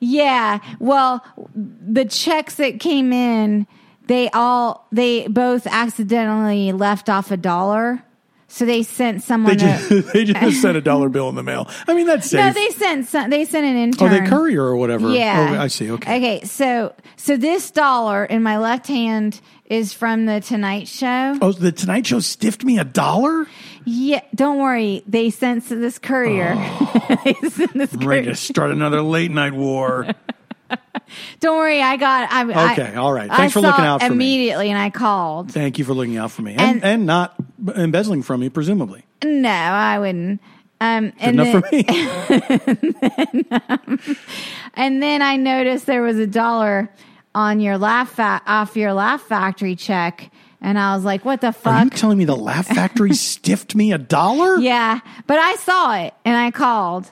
Yeah. Well, the checks that came in, they all they both accidentally left off a dollar. So they sent
They
someone
just,
a,
they just sent a dollar bill in the mail. I mean, that's
No,
safe.
Oh, they sent some, they sent an intern.
oh, they courier or whatever.
Yeah.
Oh, I see. Okay.
Okay, so so this dollar in my left hand is from the Tonight Show.
Oh, the Tonight Show stiffed me a dollar.
Yeah, don't worry. They sent this courier.
Oh.
They sent this
I'm ready to
courier.
start another late night war.
Don't worry, I got. I, I-
Okay, all right.
I
Thanks for
saw
looking
it
out for me.
immediately, and I called.
Thank you for looking out for me and, and,
And-
not embezzling from me, presumably.
No, I wouldn't. Um, and
Enough
then,
for me.
and then I noticed there was a dollar on your laugh fa- off your laugh factory check, and I was like, "What the
Are you
fuck?"
telling me the Laugh Factory stiffed me a dollar?
yeah, but I saw it, and I called,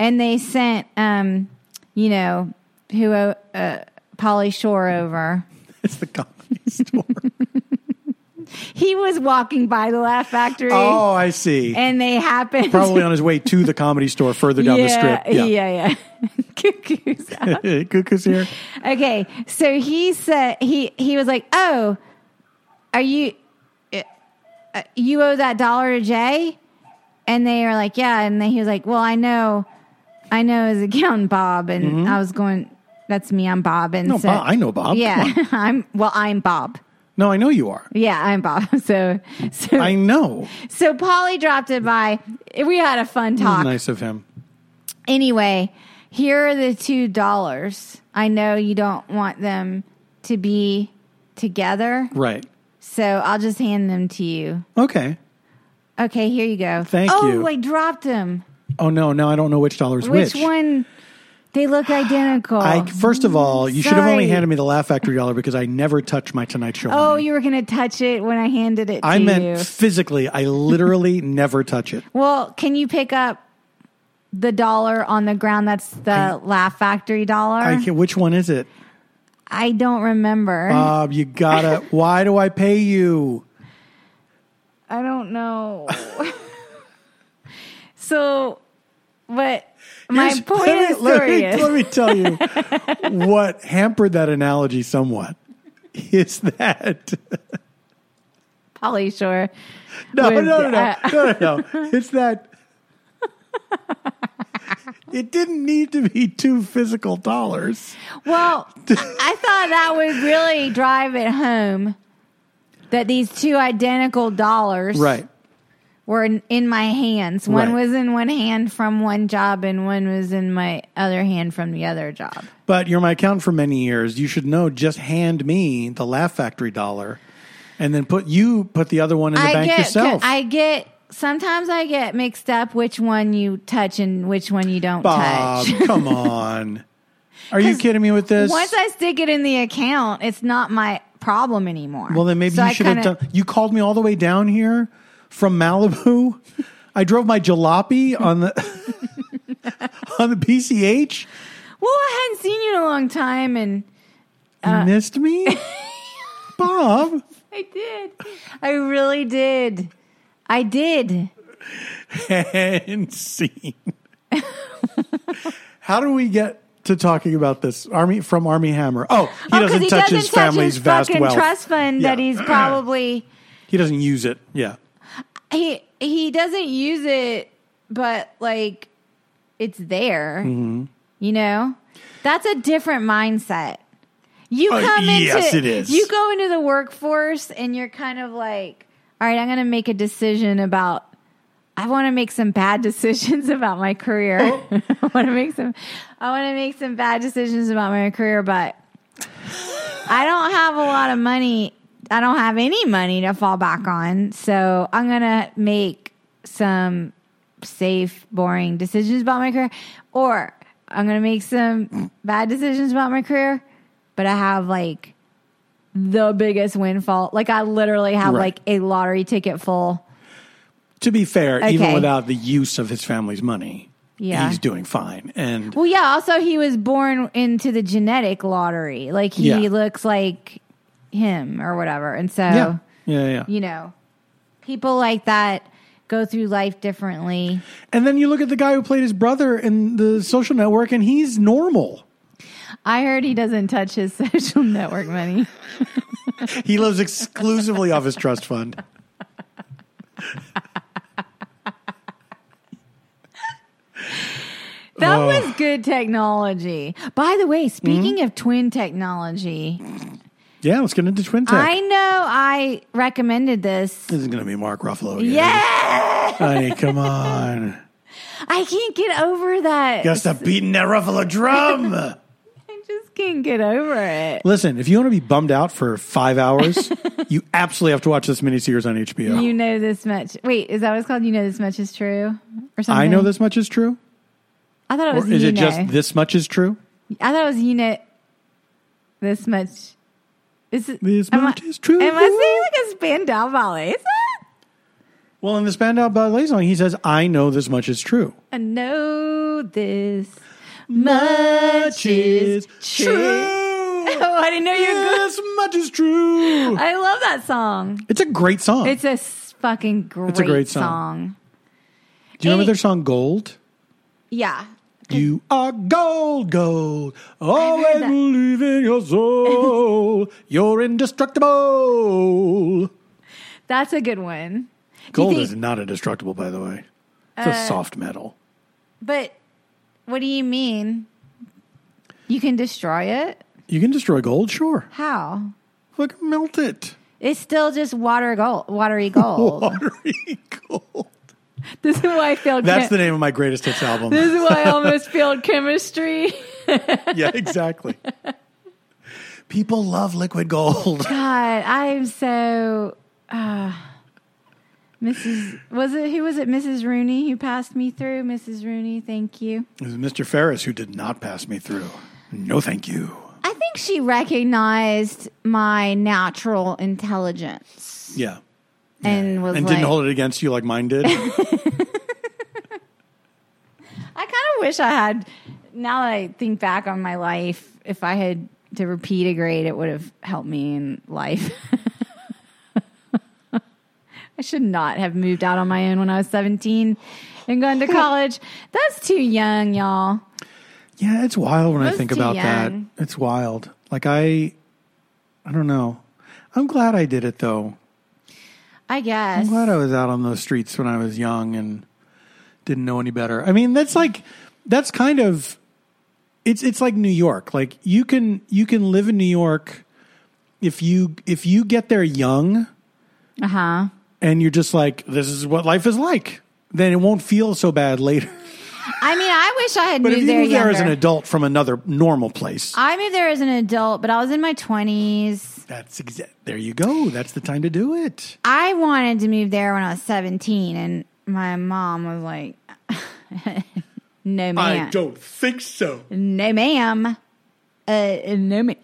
and they sent, um, you know, who uh, Polly Shore over.
It's the comedy store.
He was walking by the Laugh Factory.
oh, I see.
and they happened.
Probably on his way to the comedy store further down the strip.
yeah, yeah, yeah. Cuckoo's out.
Cuckoo's here.
Okay, so he said he he was like, "Oh, are you uh, you owe that dollar to Jay?" And they were like, "Yeah." And then he was like, "Well, I know, I know his accountant Bob." And I was going, "That's me. I'm Bob." And
Mm-hmm. No,
so,
Bob, I know Bob. Come
Yeah,
on.
I'm well. I'm Bob.
No, I know you are.
Yeah, I'm Bob. So, so,
I know.
so Polly dropped it by. We had a fun talk.
Nice of him.
Anyway, here are the two dollars. I know you don't want them to be together,
Right.
so I'll just hand them to you.
Okay.
Okay, here you go.
Thank
oh,
you.
Oh, I dropped them.
Oh no, now I don't know which dollar's
Which,
which.
one? They look identical.
I first of all, you should have only
Sorry.
handed me the Laugh Factory dollar because I never touch my Tonight Show.
oh,
money.
you were gonna touch it when I handed it. To
I meant
You.
physically. I literally never touch it.
Well, can you pick up the dollar on the ground? That's the Laugh Factory dollar.
I Uh,
I,
can, which one is it?
don't remember.
Bob, you gotta. why do I pay you?
I don't know. so, but my
Here's-
point
let me-
of the
let
story
me-
is
let me tell you what hampered that analogy somewhat is that.
Polly Shore.
No,
with-
no, no, no,
uh,
no, no, no. It's that it didn't need to be two physical dollars.
Well, I thought that would really drive it home that these two identical dollars
Right.
were in, in my hands. One
Right.
was in one hand from one job, and one was in my other hand from the other job.
But you're my accountant for many years. You should know. Just hand me the Laugh Factory dollar, and then put you put the other one in the bank
get,
yourself.
I get. Sometimes I get mixed up which one you touch and which one you don't touch.
Bob, come on. Are you kidding me with this?
Once I stick it in the account, it's not my problem anymore.
well, then maybe
So
you
I
should have
kinda-
done. You called me all the way down here from Malibu. I drove my jalopy on the on the PCH.
Well, I hadn't seen you in a long time, and
You
Uh,
missed me? Bob,
I did. I really did. I did. Oh,
and scene. How do we get to talking about this army from Army Hammer? Oh, he
Oh, 'cause
doesn't
he
touch
doesn't
his family's
his
vast
fucking
wealth.
trust fund that
Yeah.
he's probably
He doesn't use it. Yeah,
he he doesn't use it, but like it's there.
Mm-hmm.
You know, that's a different mindset. You
Uh,
come into
yes, it is.
you go into the workforce and you're kind of like, all right, I'm going to make a decision about. I want to make some bad decisions about my career.
Oh.
I want to make some. I want to make some bad decisions about my career, but I don't have a lot of money. I don't have any money to fall back on. So I'm going to make some safe, boring decisions about my career, or I'm going to make some bad decisions about my career, but I have like the biggest windfall. Like I literally have
Right.
like a lottery ticket full.
to be fair, even
Okay.
without the use of his family's money,
Yeah.
he's doing fine. And
Well, yeah. Also, he was born into the genetic lottery. Like he
Yeah.
looks like him or whatever. And so.
yeah, yeah, yeah.
you know, people like that go through life differently.
And then you look at the guy who played his brother in the Social Network, and he's normal.
I heard he doesn't touch his social network money.
He lives exclusively off his trust fund.
That was good technology. By the way,
Mm-hmm.
speaking of twin technology,
Yeah, let's get into Twin Tech.
I know I recommended this.
This is going to be Mark Ruffalo. Again.
Yes!
Honey, come on.
I can't get over that.
Gotta stop beating that ruffalo drum.
I just can't get over it.
Listen, if you want to be bummed out for five hours, you absolutely have to watch this miniseries on HBO.
You know this much. Wait, is that what it's called? You know this much is true, or something?
I know this much is true.
I thought it was.
Or is
you
it
know.
just this much is true?
I thought it was you know this much. Is it,
This
am
much
I,
is true.
Am I saying like a Spandau ballet? Is that
Well, in the Spandau Ballet song, he says, I know this much is true.
I know this much is true. Oh, I didn't know you were good.
This much is true.
I love that song.
It's a great song.
It's a s- fucking great,
a great song. Do you remember their song Gold?
Yeah.
You are gold, gold, always
heard that.
believe in your soul. You're indestructible.
That's a good one.
Gold
think- Uh,
is not indestructible, by the way. It's a soft metal.
But what do you mean? You can destroy it?
You can destroy gold, sure.
How?
Look, melt it.
It's still just water gold, watery gold.
Watery gold.
this is why I failed.
That's
chem-
the name of my greatest hits album.
This is why I almost failed chemistry.
yeah, exactly. People love liquid gold.
God, I'm so. Uh, Mrs. Was it who was it? Mrs. Rooney who passed me through. Mrs. Rooney, thank you.
It was Mr. Ferris who did not pass me through. No, thank you.
I think she recognized my natural intelligence
Yeah.
and was
And
like,
didn't hold it against you like mine did.
I kind of wish I had. Now that I think back on my life, if I had to repeat a grade, it would have helped me in life. I should not have moved out on my own when I was 17 and gone to college. That's too young, y'all.
Yeah, it's wild when I
Most
think
too
about
young.
that. It's wild. Like I I don't know. I'm glad I did it though.
I guess.
I'm glad I was out on those streets when I was young and didn't know any better. I mean, that's like that's kind of it's it's like New York. Like you can you can live in New York if you if you get there young
Uh huh.
and you're just like this is what life is like. Then it won't feel so bad later.
I mean, I wish I had
But
moved
if you
there
move there as an
younger. Uh,
adult from another normal place,
I moved there as an adult, but I was in my 20s.
that's exa- there you go. That's the time to do it.
I wanted to move there when I was 17, and my mom was like, no, ma'am.
don't think so.
No, ma'am. Uh, no, ma'am.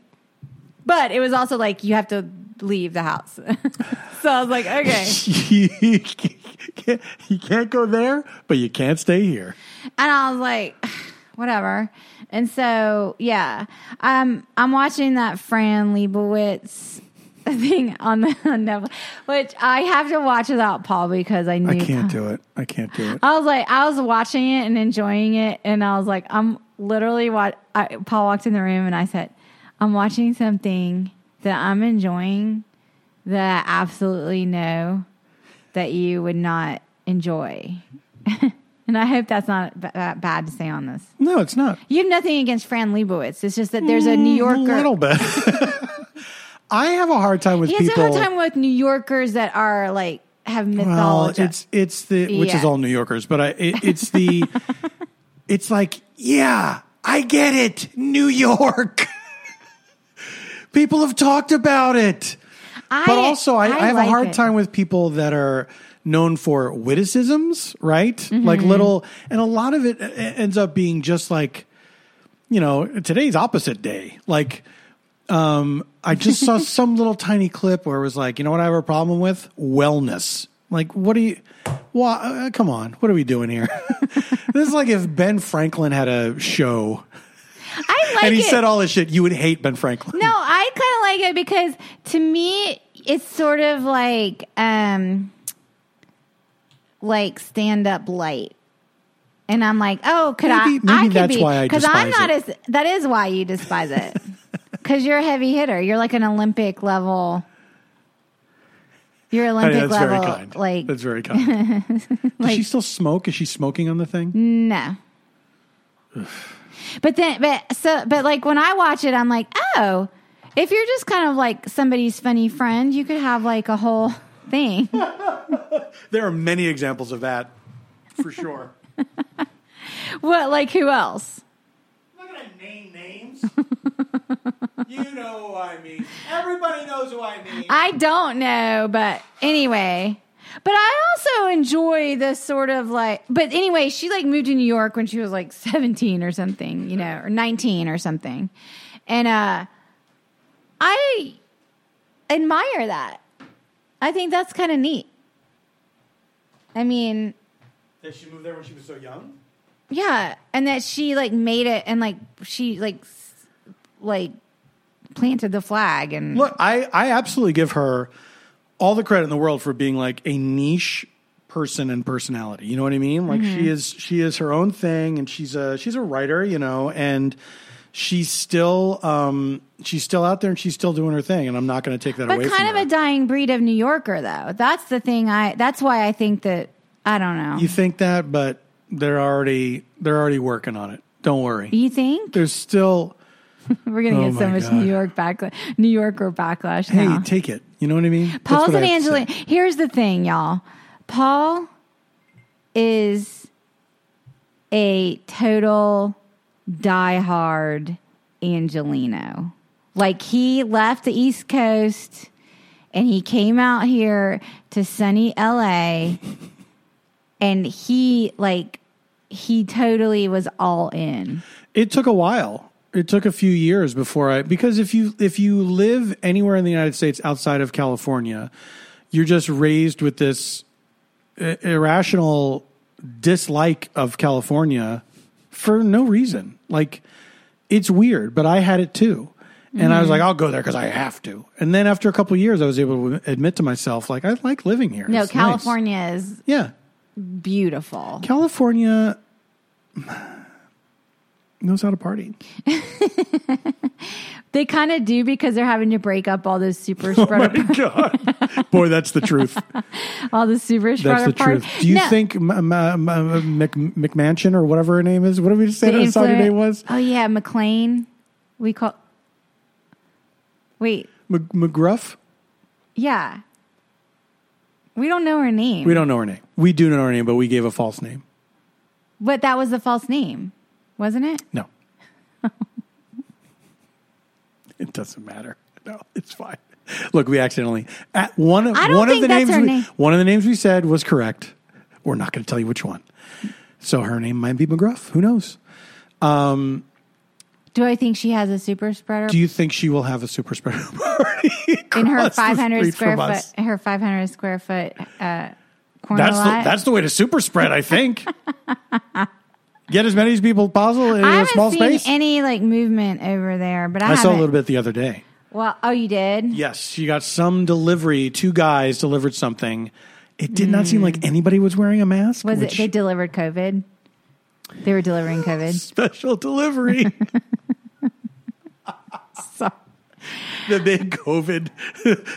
But it was also like, you have to leave the house. so I was like, okay.
you can't you can't go there, but you can't stay here.
And I was like, whatever. And so, yeah, um, I'm watching that Fran Lebowitz thing on the on Netflix, which I have to watch without Paul because I knew
I can't do it. I can't do it.
I was like, I was watching it and enjoying it, and I was like, I'm literally what Paul walked in the room, and I said, I'm watching something that I'm enjoying that I absolutely know that you would not enjoy. and I hope that's not b- that bad to say on this.
No, it's not.
You have nothing against Fran Lebowitz. It's just that there's a New
A
Yorker.
Mm, little bit. I have a hard time with
He has a
people.
hard time with New Yorkers that are like have
well,
mythology.
it's it's the which is
Yeah.
all New Yorkers, but I it, it's the it's like yeah, I get it, New York. people have talked about it. but also I, I, have
like
a hard
it.
time with people that are known for witticisms right like
Mm-hmm.
little and a lot of it e- ends up being just like you know today's opposite day like um i just saw some little tiny clip where it was like you know what i have a problem with wellness like what do you why uh, come on what are we doing here this is like if ben franklin had a show
I like
and he
it.
said all this shit you would hate ben franklin
No, I kind of like it because to me, it's sort of like um, like stand up light. And I'm like, oh, could I?
Maybe- maybe
I could
that's
be
why I
because I'm
despise
not as that is why you despise it because you're a heavy hitter. You're like an Olympic level. You're Olympic
Honey, Oh, that's
level,
very kind
like
that's very kind does she still smoke is she smoking on the thing
No. but then, but so, but like when I watch it, I'm like, oh, if you're just kind of like somebody's funny friend, you could have like a whole thing.
There are many examples of that, for sure.
what, like who else?
I'm not gonna name names. you know who I mean. Everybody knows who I mean.
I don't know, but anyway. But I also enjoy this sort of like, but anyway, she like moved to New York when she was like 17 or something, you know, or 19 or something. And uh I admire that. I think that's kind of neat. I mean,
Did she move there when she was so young?
yeah, and that she like made it and like she like s- like planted the flag and
Look, I, I absolutely give her all the credit in the world for being like a niche person and personality. You know what I mean? Like she is she is her own thing and she's a she's a writer, you know, and she's still um she's still out there and she's still doing her thing and I'm not going to take that
but
away
kind
from
of
her.
a dying breed of New Yorker, though. That's the thing. I that's why I think that I don't know.
you
You,
think that, but they're already they're already working on it. Don't worry.
think
There's still
we're gonna
Oh
get so
my
much
God.
New York backlash, New Yorker backlash
hey,
now?
take it. You know what I mean? That's
Paul's
what I
and
have to say.
Angelina. Here's the thing, y'all. Paul is a total diehard Angelino. Like he left the East Coast and he came out here to sunny LA and he like he totally was all in.
It took a while. It took a few years before I because if you if you live anywhere in the United States outside of California, you're just raised with this i- irrational dislike of California for no reason. Like it's weird, but I had it too. And I was like, I'll go there because I have to. And then after a couple of years, I was able to admit to myself, like, I like living here.
No,
It's nice.
California is
Yeah.
beautiful.
California knows how to party.
They kind of do because they're having to break up all those super
Oh
spreader
God, boy, that's the truth.
all the super
That's
spreader
the
parties.
truth. Do you
No,
think M- M- M- M- Mc- McMansion or whatever her name is? What did we just say
the
that Saturday
influ-
was?
Oh yeah, McLean. We call. Wait,
Mc- McGruff.
yeah. We don't know her name,
We don't know her name. We do know her name, but we gave a false name.
but that was a false name, wasn't it?
No, it doesn't matter. No, it's fine. Look, we accidentally at one of
I don't
one of
think
the
that's
names
her
we,
name.
one of the names we said was correct. We're not going to tell you which one. So her name might be McGruff. Who knows?
Do I think she has a super spreader
Do you think she will have a super spreader party
in her
across the
five hundred
street
square
from
foot?
us?
Her five hundred square foot uh, corner
That's the,
lot.
that's the way to super spread, I think. Get as many people as possible in
I
a
haven't
small
seen
space.
any like movement over there, but I,
I
haven't.
saw a little bit the other day.
Well, oh, you did.
Yes, she got some delivery. Two guys delivered something. It did not seem like anybody was wearing a mask.
Mm. Was
which,
it they delivered COVID? They were delivering COVID.
special delivery? the big COVID,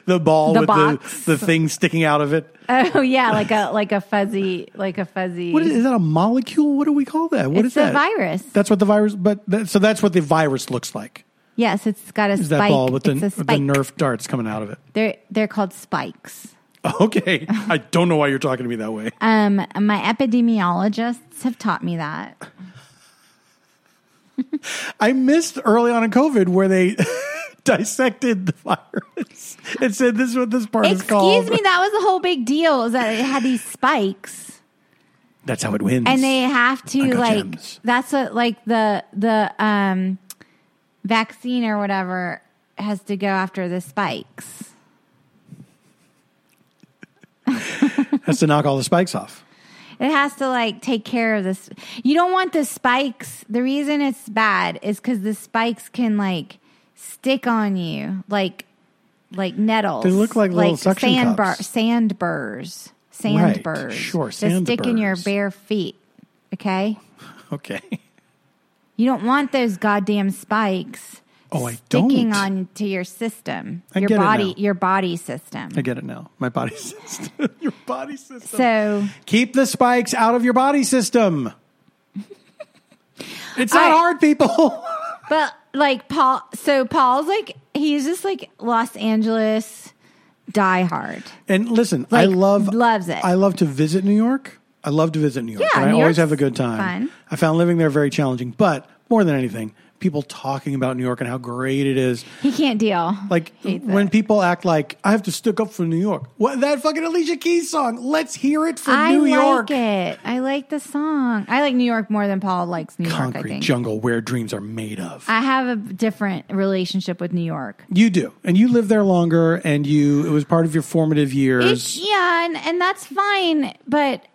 the ball
The
with
box.
the the thing sticking out of it.
Oh yeah, like a like a fuzzy like a fuzzy.
What is, is that a molecule? What do we call that? What is
It's a
that?
virus.
That's what the virus. But that, so that's what the virus looks like.
Yes, it's got a
Is that
spike.
ball with the,
it's a
with the
spike.
Nerf darts coming out of it?
They're they're called spikes.
Okay, I don't know why you're talking to me that way.
Um, my epidemiologists have taught me that.
I missed early on in COVID where they dissected the virus and said this is what this part is called.
Excuse me, that was the whole big deal is that it had these spikes,
That's how it wins.
and they have to
I got
like
gems.
that's what like the the um vaccine or whatever has to go after the spikes.
has to knock all the spikes off.
It has to like take care of this. You don't want the spikes. The reason it's bad is because the spikes can like stick on you, like like nettles.
They look like little suction
sand
cups.
sand burrs, sand
Right.
burrs.
Sure,
That
sand
stick in your
burrs.
bare feet. Okay,
Okay.
you don't want those goddamn spikes.
Oh, I
sticking
don't.
onto your system,
I
your
get it
body,
now.
your body system.
I get it now. My body system. your body system.
So
Keep the spikes out of your body system. It's not
All right.
hard, people.
But like Paul, so Paul's like he's just like Los Angeles die hard.
And listen, I
Like,
love
loves it.
I love to visit New York. I love to visit New York.
Yeah,
and I
New
always
York's
have a good time.
fun.
I found living there very challenging, but more than anything, people talking about New York and how great it is.
He can't deal.
Like when people act like I have to stick up for New York. What that fucking Alicia Keys song? Let's hear it for
I
New
like
York.
it. I like the song. I like New York more than Paul likes New York. I
Concrete
think
jungle where dreams are made of.
I have a different relationship with New York.
you do, and you lived there longer, and you it was part of your formative
It's,
years.
yeah, and, and that's fine. But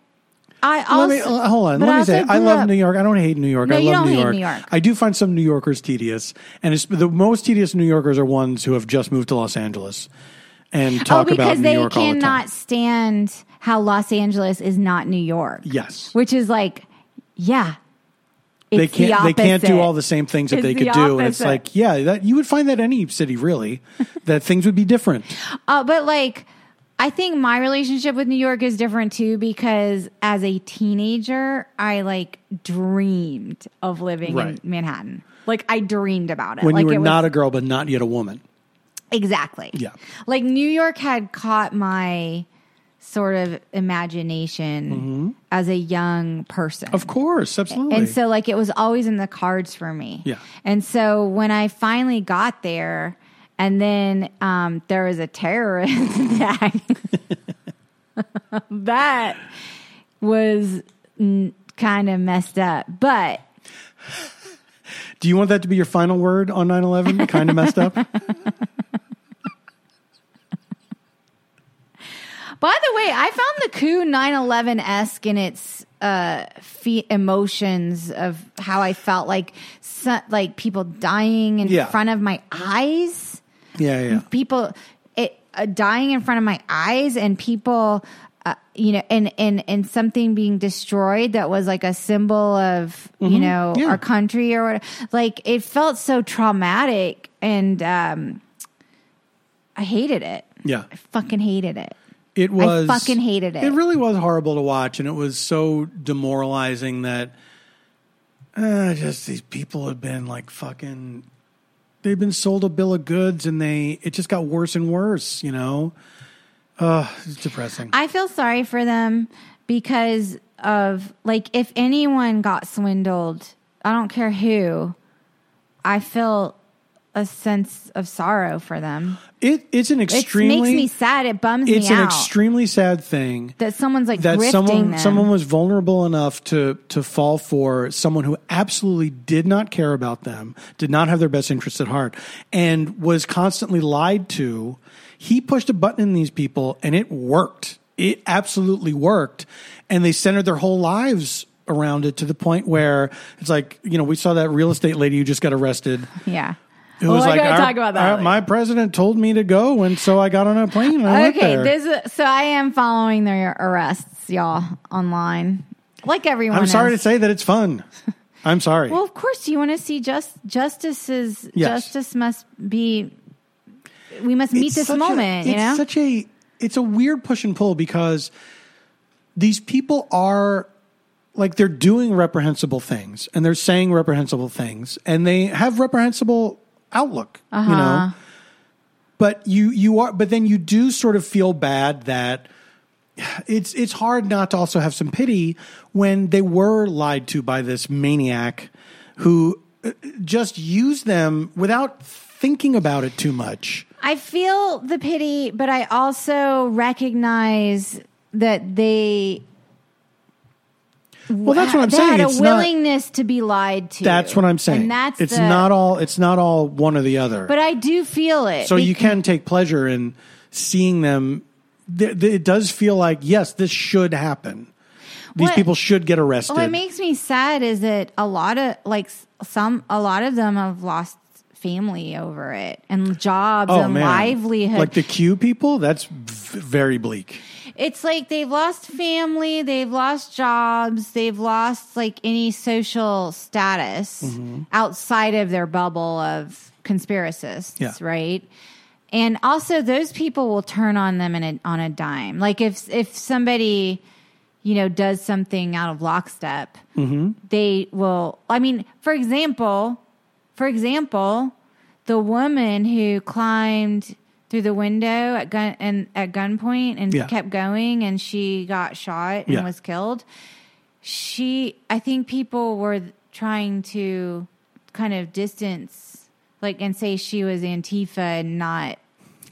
I also
let me uh, hold on.
but
Let me
also
say, I
grew
love
up-
New York. I don't hate New York.
No,
I
you
love
don't
New
hate
York.
New York.
I do find some New Yorkers tedious, and it's, the most tedious New Yorkers are ones who have just moved to Los Angeles and
Oh,
talk about
because
New
they
York all the
cannot
time.
stand how Los Angeles is not New York.
Yes,
which is like, yeah,
they
it's the
can't. they can't do
opposite.
all the same things that
It's
they
the
could do, and it's
opposite.
like, yeah, that you would find that any city really that things would be different.
Uh, but like, I think my relationship with New York is different too because as a teenager, I like dreamed of living
Right.
in Manhattan. Like I dreamed about it.
When
like
you were
it was,
not a girl, but not yet a woman.
exactly.
Yeah.
Like New York had caught my sort of imagination as a young person.
Mm-hmm. Of course, absolutely.
And so like it was always in the cards for me.
Yeah.
And so when I finally got there and then um, there was a terrorist attack that was mm, kind of messed up. But
do you want that to be your final word on 9-11? Kind of messed up.
by the way, I found the coup 9/11 esque in its uh, fe- emotions of how I felt like su- like people dying in
Yeah.
front of my eyes.
Yeah, yeah.
people it, uh, dying in front of my eyes and people uh, you know and, and and something being destroyed that was like a symbol of you know
Mm-hmm. Yeah.
our country or what like it felt so traumatic and um i hated it
Yeah.
i fucking hated it
It was
fucking hated it.
It really was horrible to watch, and it was so demoralizing that uh, just these people had been like fucking. They've been sold a bill of goods, and they it just got worse and worse. You know, uh, it's depressing.
I feel sorry for them because of like if anyone got swindled, I don't care who, I feel a sense of sorrow for them.
it it's an
It makes
extremely
me sad. It bums
it's
me
an
out
extremely sad thing
that someone's like
that
grifting
someone
them.
someone was vulnerable enough to to fall for someone who absolutely did not care about them, did not have their best interests at heart, and was constantly lied to. He pushed a button in these people, and it worked. It absolutely worked, and they centered their whole lives around it to the point where it's like you know we saw that real estate lady who just got arrested.
yeah.
Who
well,
was
I
like,
gotta
"Our-
Oh talk about that.
our- my president told me to go, and so I got on a plane. And I went
okay,
there.
this is, so I am following their arrests, y'all, online, like everyone.
I'm sorry to
is.
say that it's fun. I'm sorry.
Well, of course, you want to see just justice's
Yes.
justice must be. We must meet
It's
this
such a-
moment, you
it's
know.
such a it's a weird push and pull because these people are like they're doing reprehensible things and they're saying reprehensible things and they have reprehensible outlook,
Uh-huh.
you know. But you you are but then you do sort of feel bad that it's it's hard not to also have some pity when they were lied to by this maniac who uh, just used them without thinking about it too much.
I feel the pity, but I also recognize that they
Well, that's what I'm
they
saying.
had a
It's not.
willingness to be lied to.
That's what I'm saying.
And that's
it's
the-
not all. It's not all one or the other.
But I do feel it.
so you
bec-
can take pleasure in seeing them. Th- th- It does feel like yes, this should happen. These
What-
people should get arrested.
What makes me sad is that a lot of like s- some a lot of them have lost family over it and jobs
oh
and
man,
livelihood.
Like the Q people. That's v- very bleak.
it's like they've lost family, they've lost jobs, they've lost like any social status
Mm-hmm.
outside of their bubble of conspiracists,
Yeah.
right? And also those people will turn on them in a, on a dime. Like if if somebody you know does something out of lockstep,
Mm-hmm.
they will I mean, for example, for example, the woman who climbed through the window at gun and at gunpoint and
Yeah.
kept going and she got shot and
Yeah.
was killed. She I think people were trying to kind of distance like and say she was Antifa and not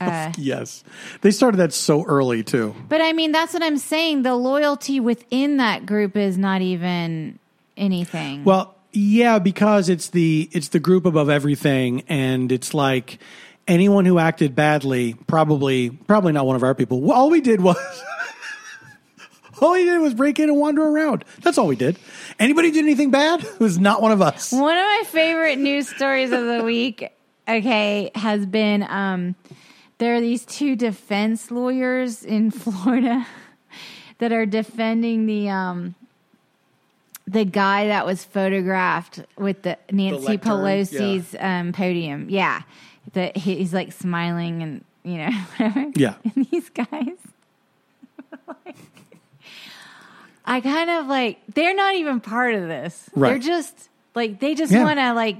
uh,
Yes. They started that so early, too.
but I mean that's what I'm saying. The loyalty within that group is not even anything.
Well, yeah, because it's the it's the group above everything, and it's like anyone who acted badly probably probably not one of our people. Well, all we did was all we did was break in and wander around. That's all we did. Anybody did anything bad was not one of us.
One of my favorite news stories of the week, okay, has been um, there are these two defense lawyers in Florida that are defending the um, the guy that was photographed with the Nancy
lectern,
Pelosi's um, podium. Yeah, that he, he's like smiling and you know whatever.
Yeah.
and these guys. I kind of like they're not even part of this. They're
Right.
just like they just
Yeah.
want to like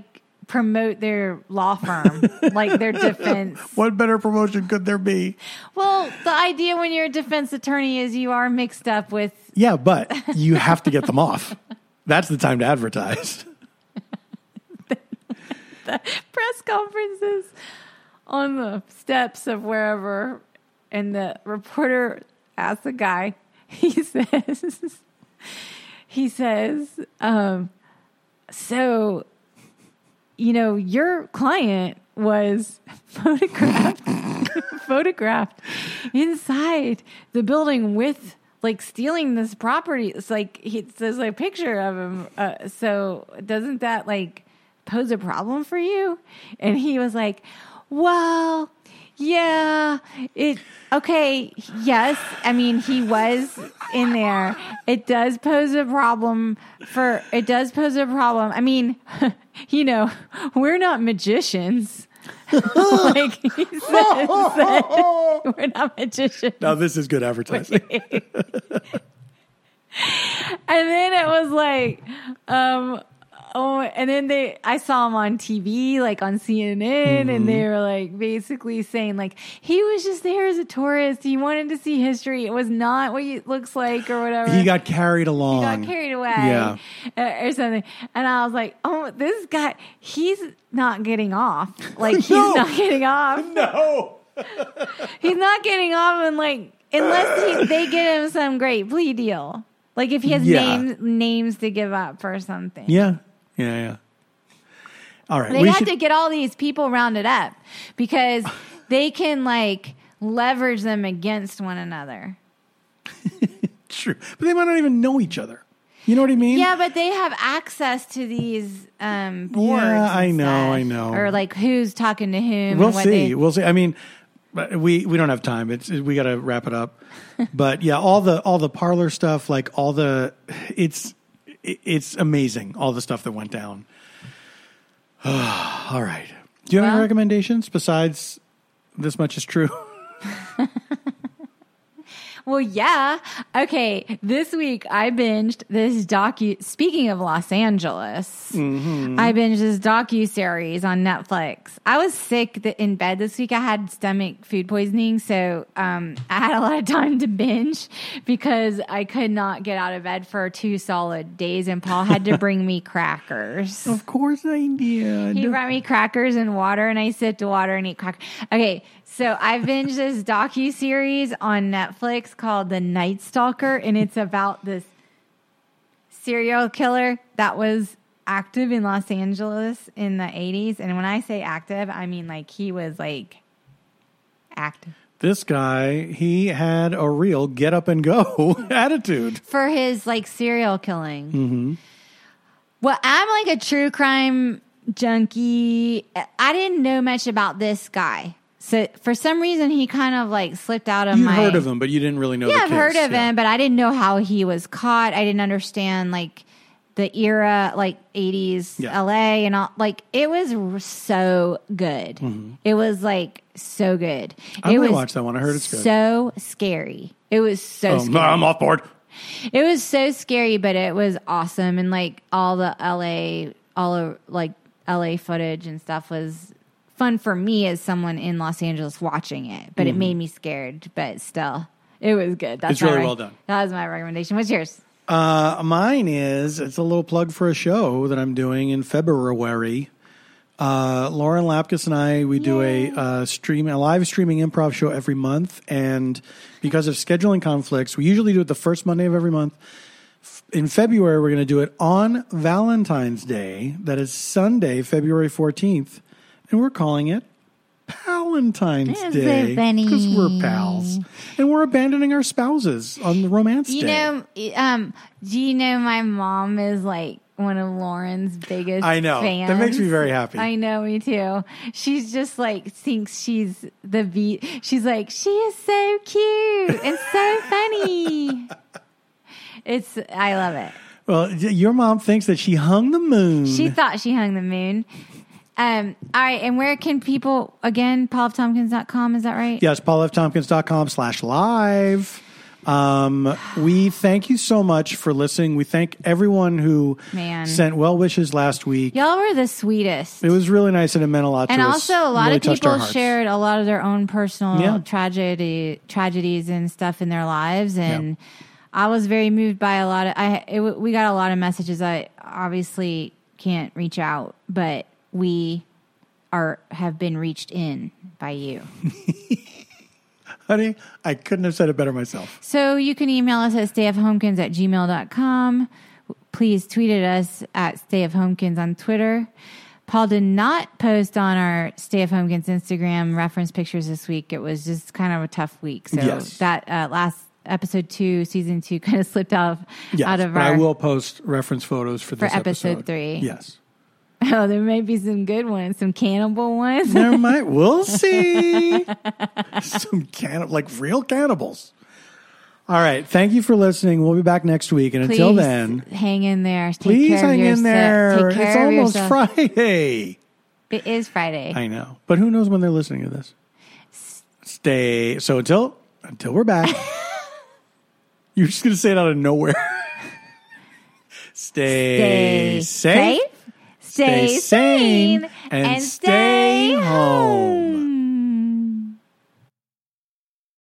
promote their law firm, like their defense.
What better promotion could there be?
Well, the idea when you're a defense attorney is you are mixed up with
Yeah, but you have to get them off. That's the time to advertise.
press conferences on the steps of wherever. And the reporter asked the guy, he says, he says, um, so, you know, your client was photographed, photographed inside the building with like stealing this property. It's like, he says a picture of him. Uh, so doesn't that like pose a problem for you? And he was like, well, yeah, it okay. Yes, I mean he was in there. It does pose a problem for it does pose a problem. I mean, you know, we're not magicians. like he says, that we're not magicians.
Now Oh, this is good advertising.
and then it was like, um, oh, and then they, I saw him on TV, like on CNN,
Mm-hmm.
and they were like basically saying like he was just there as a tourist. He wanted to see history. It was not what it looks like or whatever.
He got carried along.
He got carried away
Yeah.
uh, or something. And I was like, oh, this guy, he's not getting off. Like he's
No.
not getting off.
No.
He's not getting off and like unless he, they give him some great plea deal. Like if he has
Yeah.
names names to give up or something.
Yeah. Yeah. Yeah. All right.
They
we
have
should-
to get all these people rounded up because they can like leverage them against one another.
True. But they might not even know each other. You know what I mean?
Yeah, but they have access to these um boards.
Yeah, I
and
know,
stuff.
I know.
Or like who's talking to whom
We'll
and what
see.
they
We'll see. I mean, but we we don't have time. It's we got to wrap it up. but yeah, all the all the parlor stuff, like all the it's it- it's amazing all the stuff that went down. all right. Do you have any
Well-
recommendations besides this much is true?
Well, yeah. Okay. This week I binged this docu. Speaking of Los Angeles, I binged this docu series on Netflix. I was sick th- in bed this week. I had stomach food poisoning, so um, I had a lot of time to binge because I could not get out of bed for two solid days. And Paul had to bring me crackers.
of course I did.
He brought me crackers and water, and I sipped water and ate crackers. Okay, so I binged this docu series on Netflix called The Night Stalker, and it's about this serial killer that was active in Los Angeles in the '80s. And when I say active, I mean like he was like active
this guy, he had a real get up and go attitude.
for his like serial killing.
Mm-hmm.
Well, I'm like a true crime junkie. I didn't know much about this guy. So for some reason, he kind of like slipped out of
You
my.
heard of him, but you didn't really know.
Yeah,
the
I've heard
case.
of
Yeah.
him, but I didn't know how he was caught. I didn't understand like the era, like 80s
Yeah.
LA and all. Like it was r- so good. It was like so good.
I'm
it
gonna
was
watch that one. Mm-hmm. I heard it's good.
So scary. It was so
Oh,
scary.
no, I'm off board.
It was so scary, but it was awesome. And like all the LA, all of like LA footage and stuff was fun for me as someone in Los Angeles watching it, but it made me scared. But still, it was good.
Mm-hmm.
That's
It's
my
really
rec-
well done.
That was my recommendation. What's yours?
Uh, mine is it's a little plug for a show that I'm doing in February. Uh, Lauren Lapkus and I we do a uh, stream a live streaming improv show every month, and because of scheduling conflicts, we usually do it the first Monday of every month. F- In February, we're going to do it on Valentine's Day. That is Sunday, February fourteenth, and we're calling it Valentine's
That's so
Day
funny.
because we're pals, and we're abandoning our spouses on the romance
You
day.
know, um, do you know my mom is like one of Lauren's biggest.
I know.
fans.
That makes me very happy.
I know, me too. She's just like thinks she's the beat. She's like she is so cute and so funny. It's I love it.
Well, y- your mom thinks that she hung the moon.
She thought she hung the moon. Um, all right, and where can people again? PaulofTompkins.com, is that right?
yes, paulftompkins.com slash live. Um, we thank you so much for listening. We thank everyone who
Man.
sent well wishes last week.
Y'all were the sweetest.
It was really nice and it meant a lot
and
to us.
also a lot
Really
of
touched our
people
hearts.
shared a lot of their own personal
Yeah.
tragedy tragedies and stuff in their lives and i was very moved by a lot of i it, w- we got a lot of messages i obviously can't reach out but we are have been reached in by you
Honey, I couldn't have said it better myself.
so you can email us at stayofhomekins at gmail.com please tweet at us at stayofhomekins on twitter paul did not post on our stay of homekins instagram reference pictures this week it was just kind of a tough week so
Yes.
that uh, last episode two season two kind of slipped out of,
Yes,
out of
but
our
I will post reference photos for, this
episode three.
Yes.
oh there may be some good ones some cannibal ones
Never mind. We'll see. Some cannibal, like real cannibals. All right. Thank you for listening. We'll be back next week. And until
Please
then,
hang in there. Take
please
care of
hang in
yourself.
there.
Take care
It's
of
almost
yourself.
Friday.
It is Friday.
I know, but who knows when they're listening to this? Stay. So until until we're back, you're just gonna say it out of nowhere. Stay,
Stay
safe.
Stay,
stay sane, and, stay, home.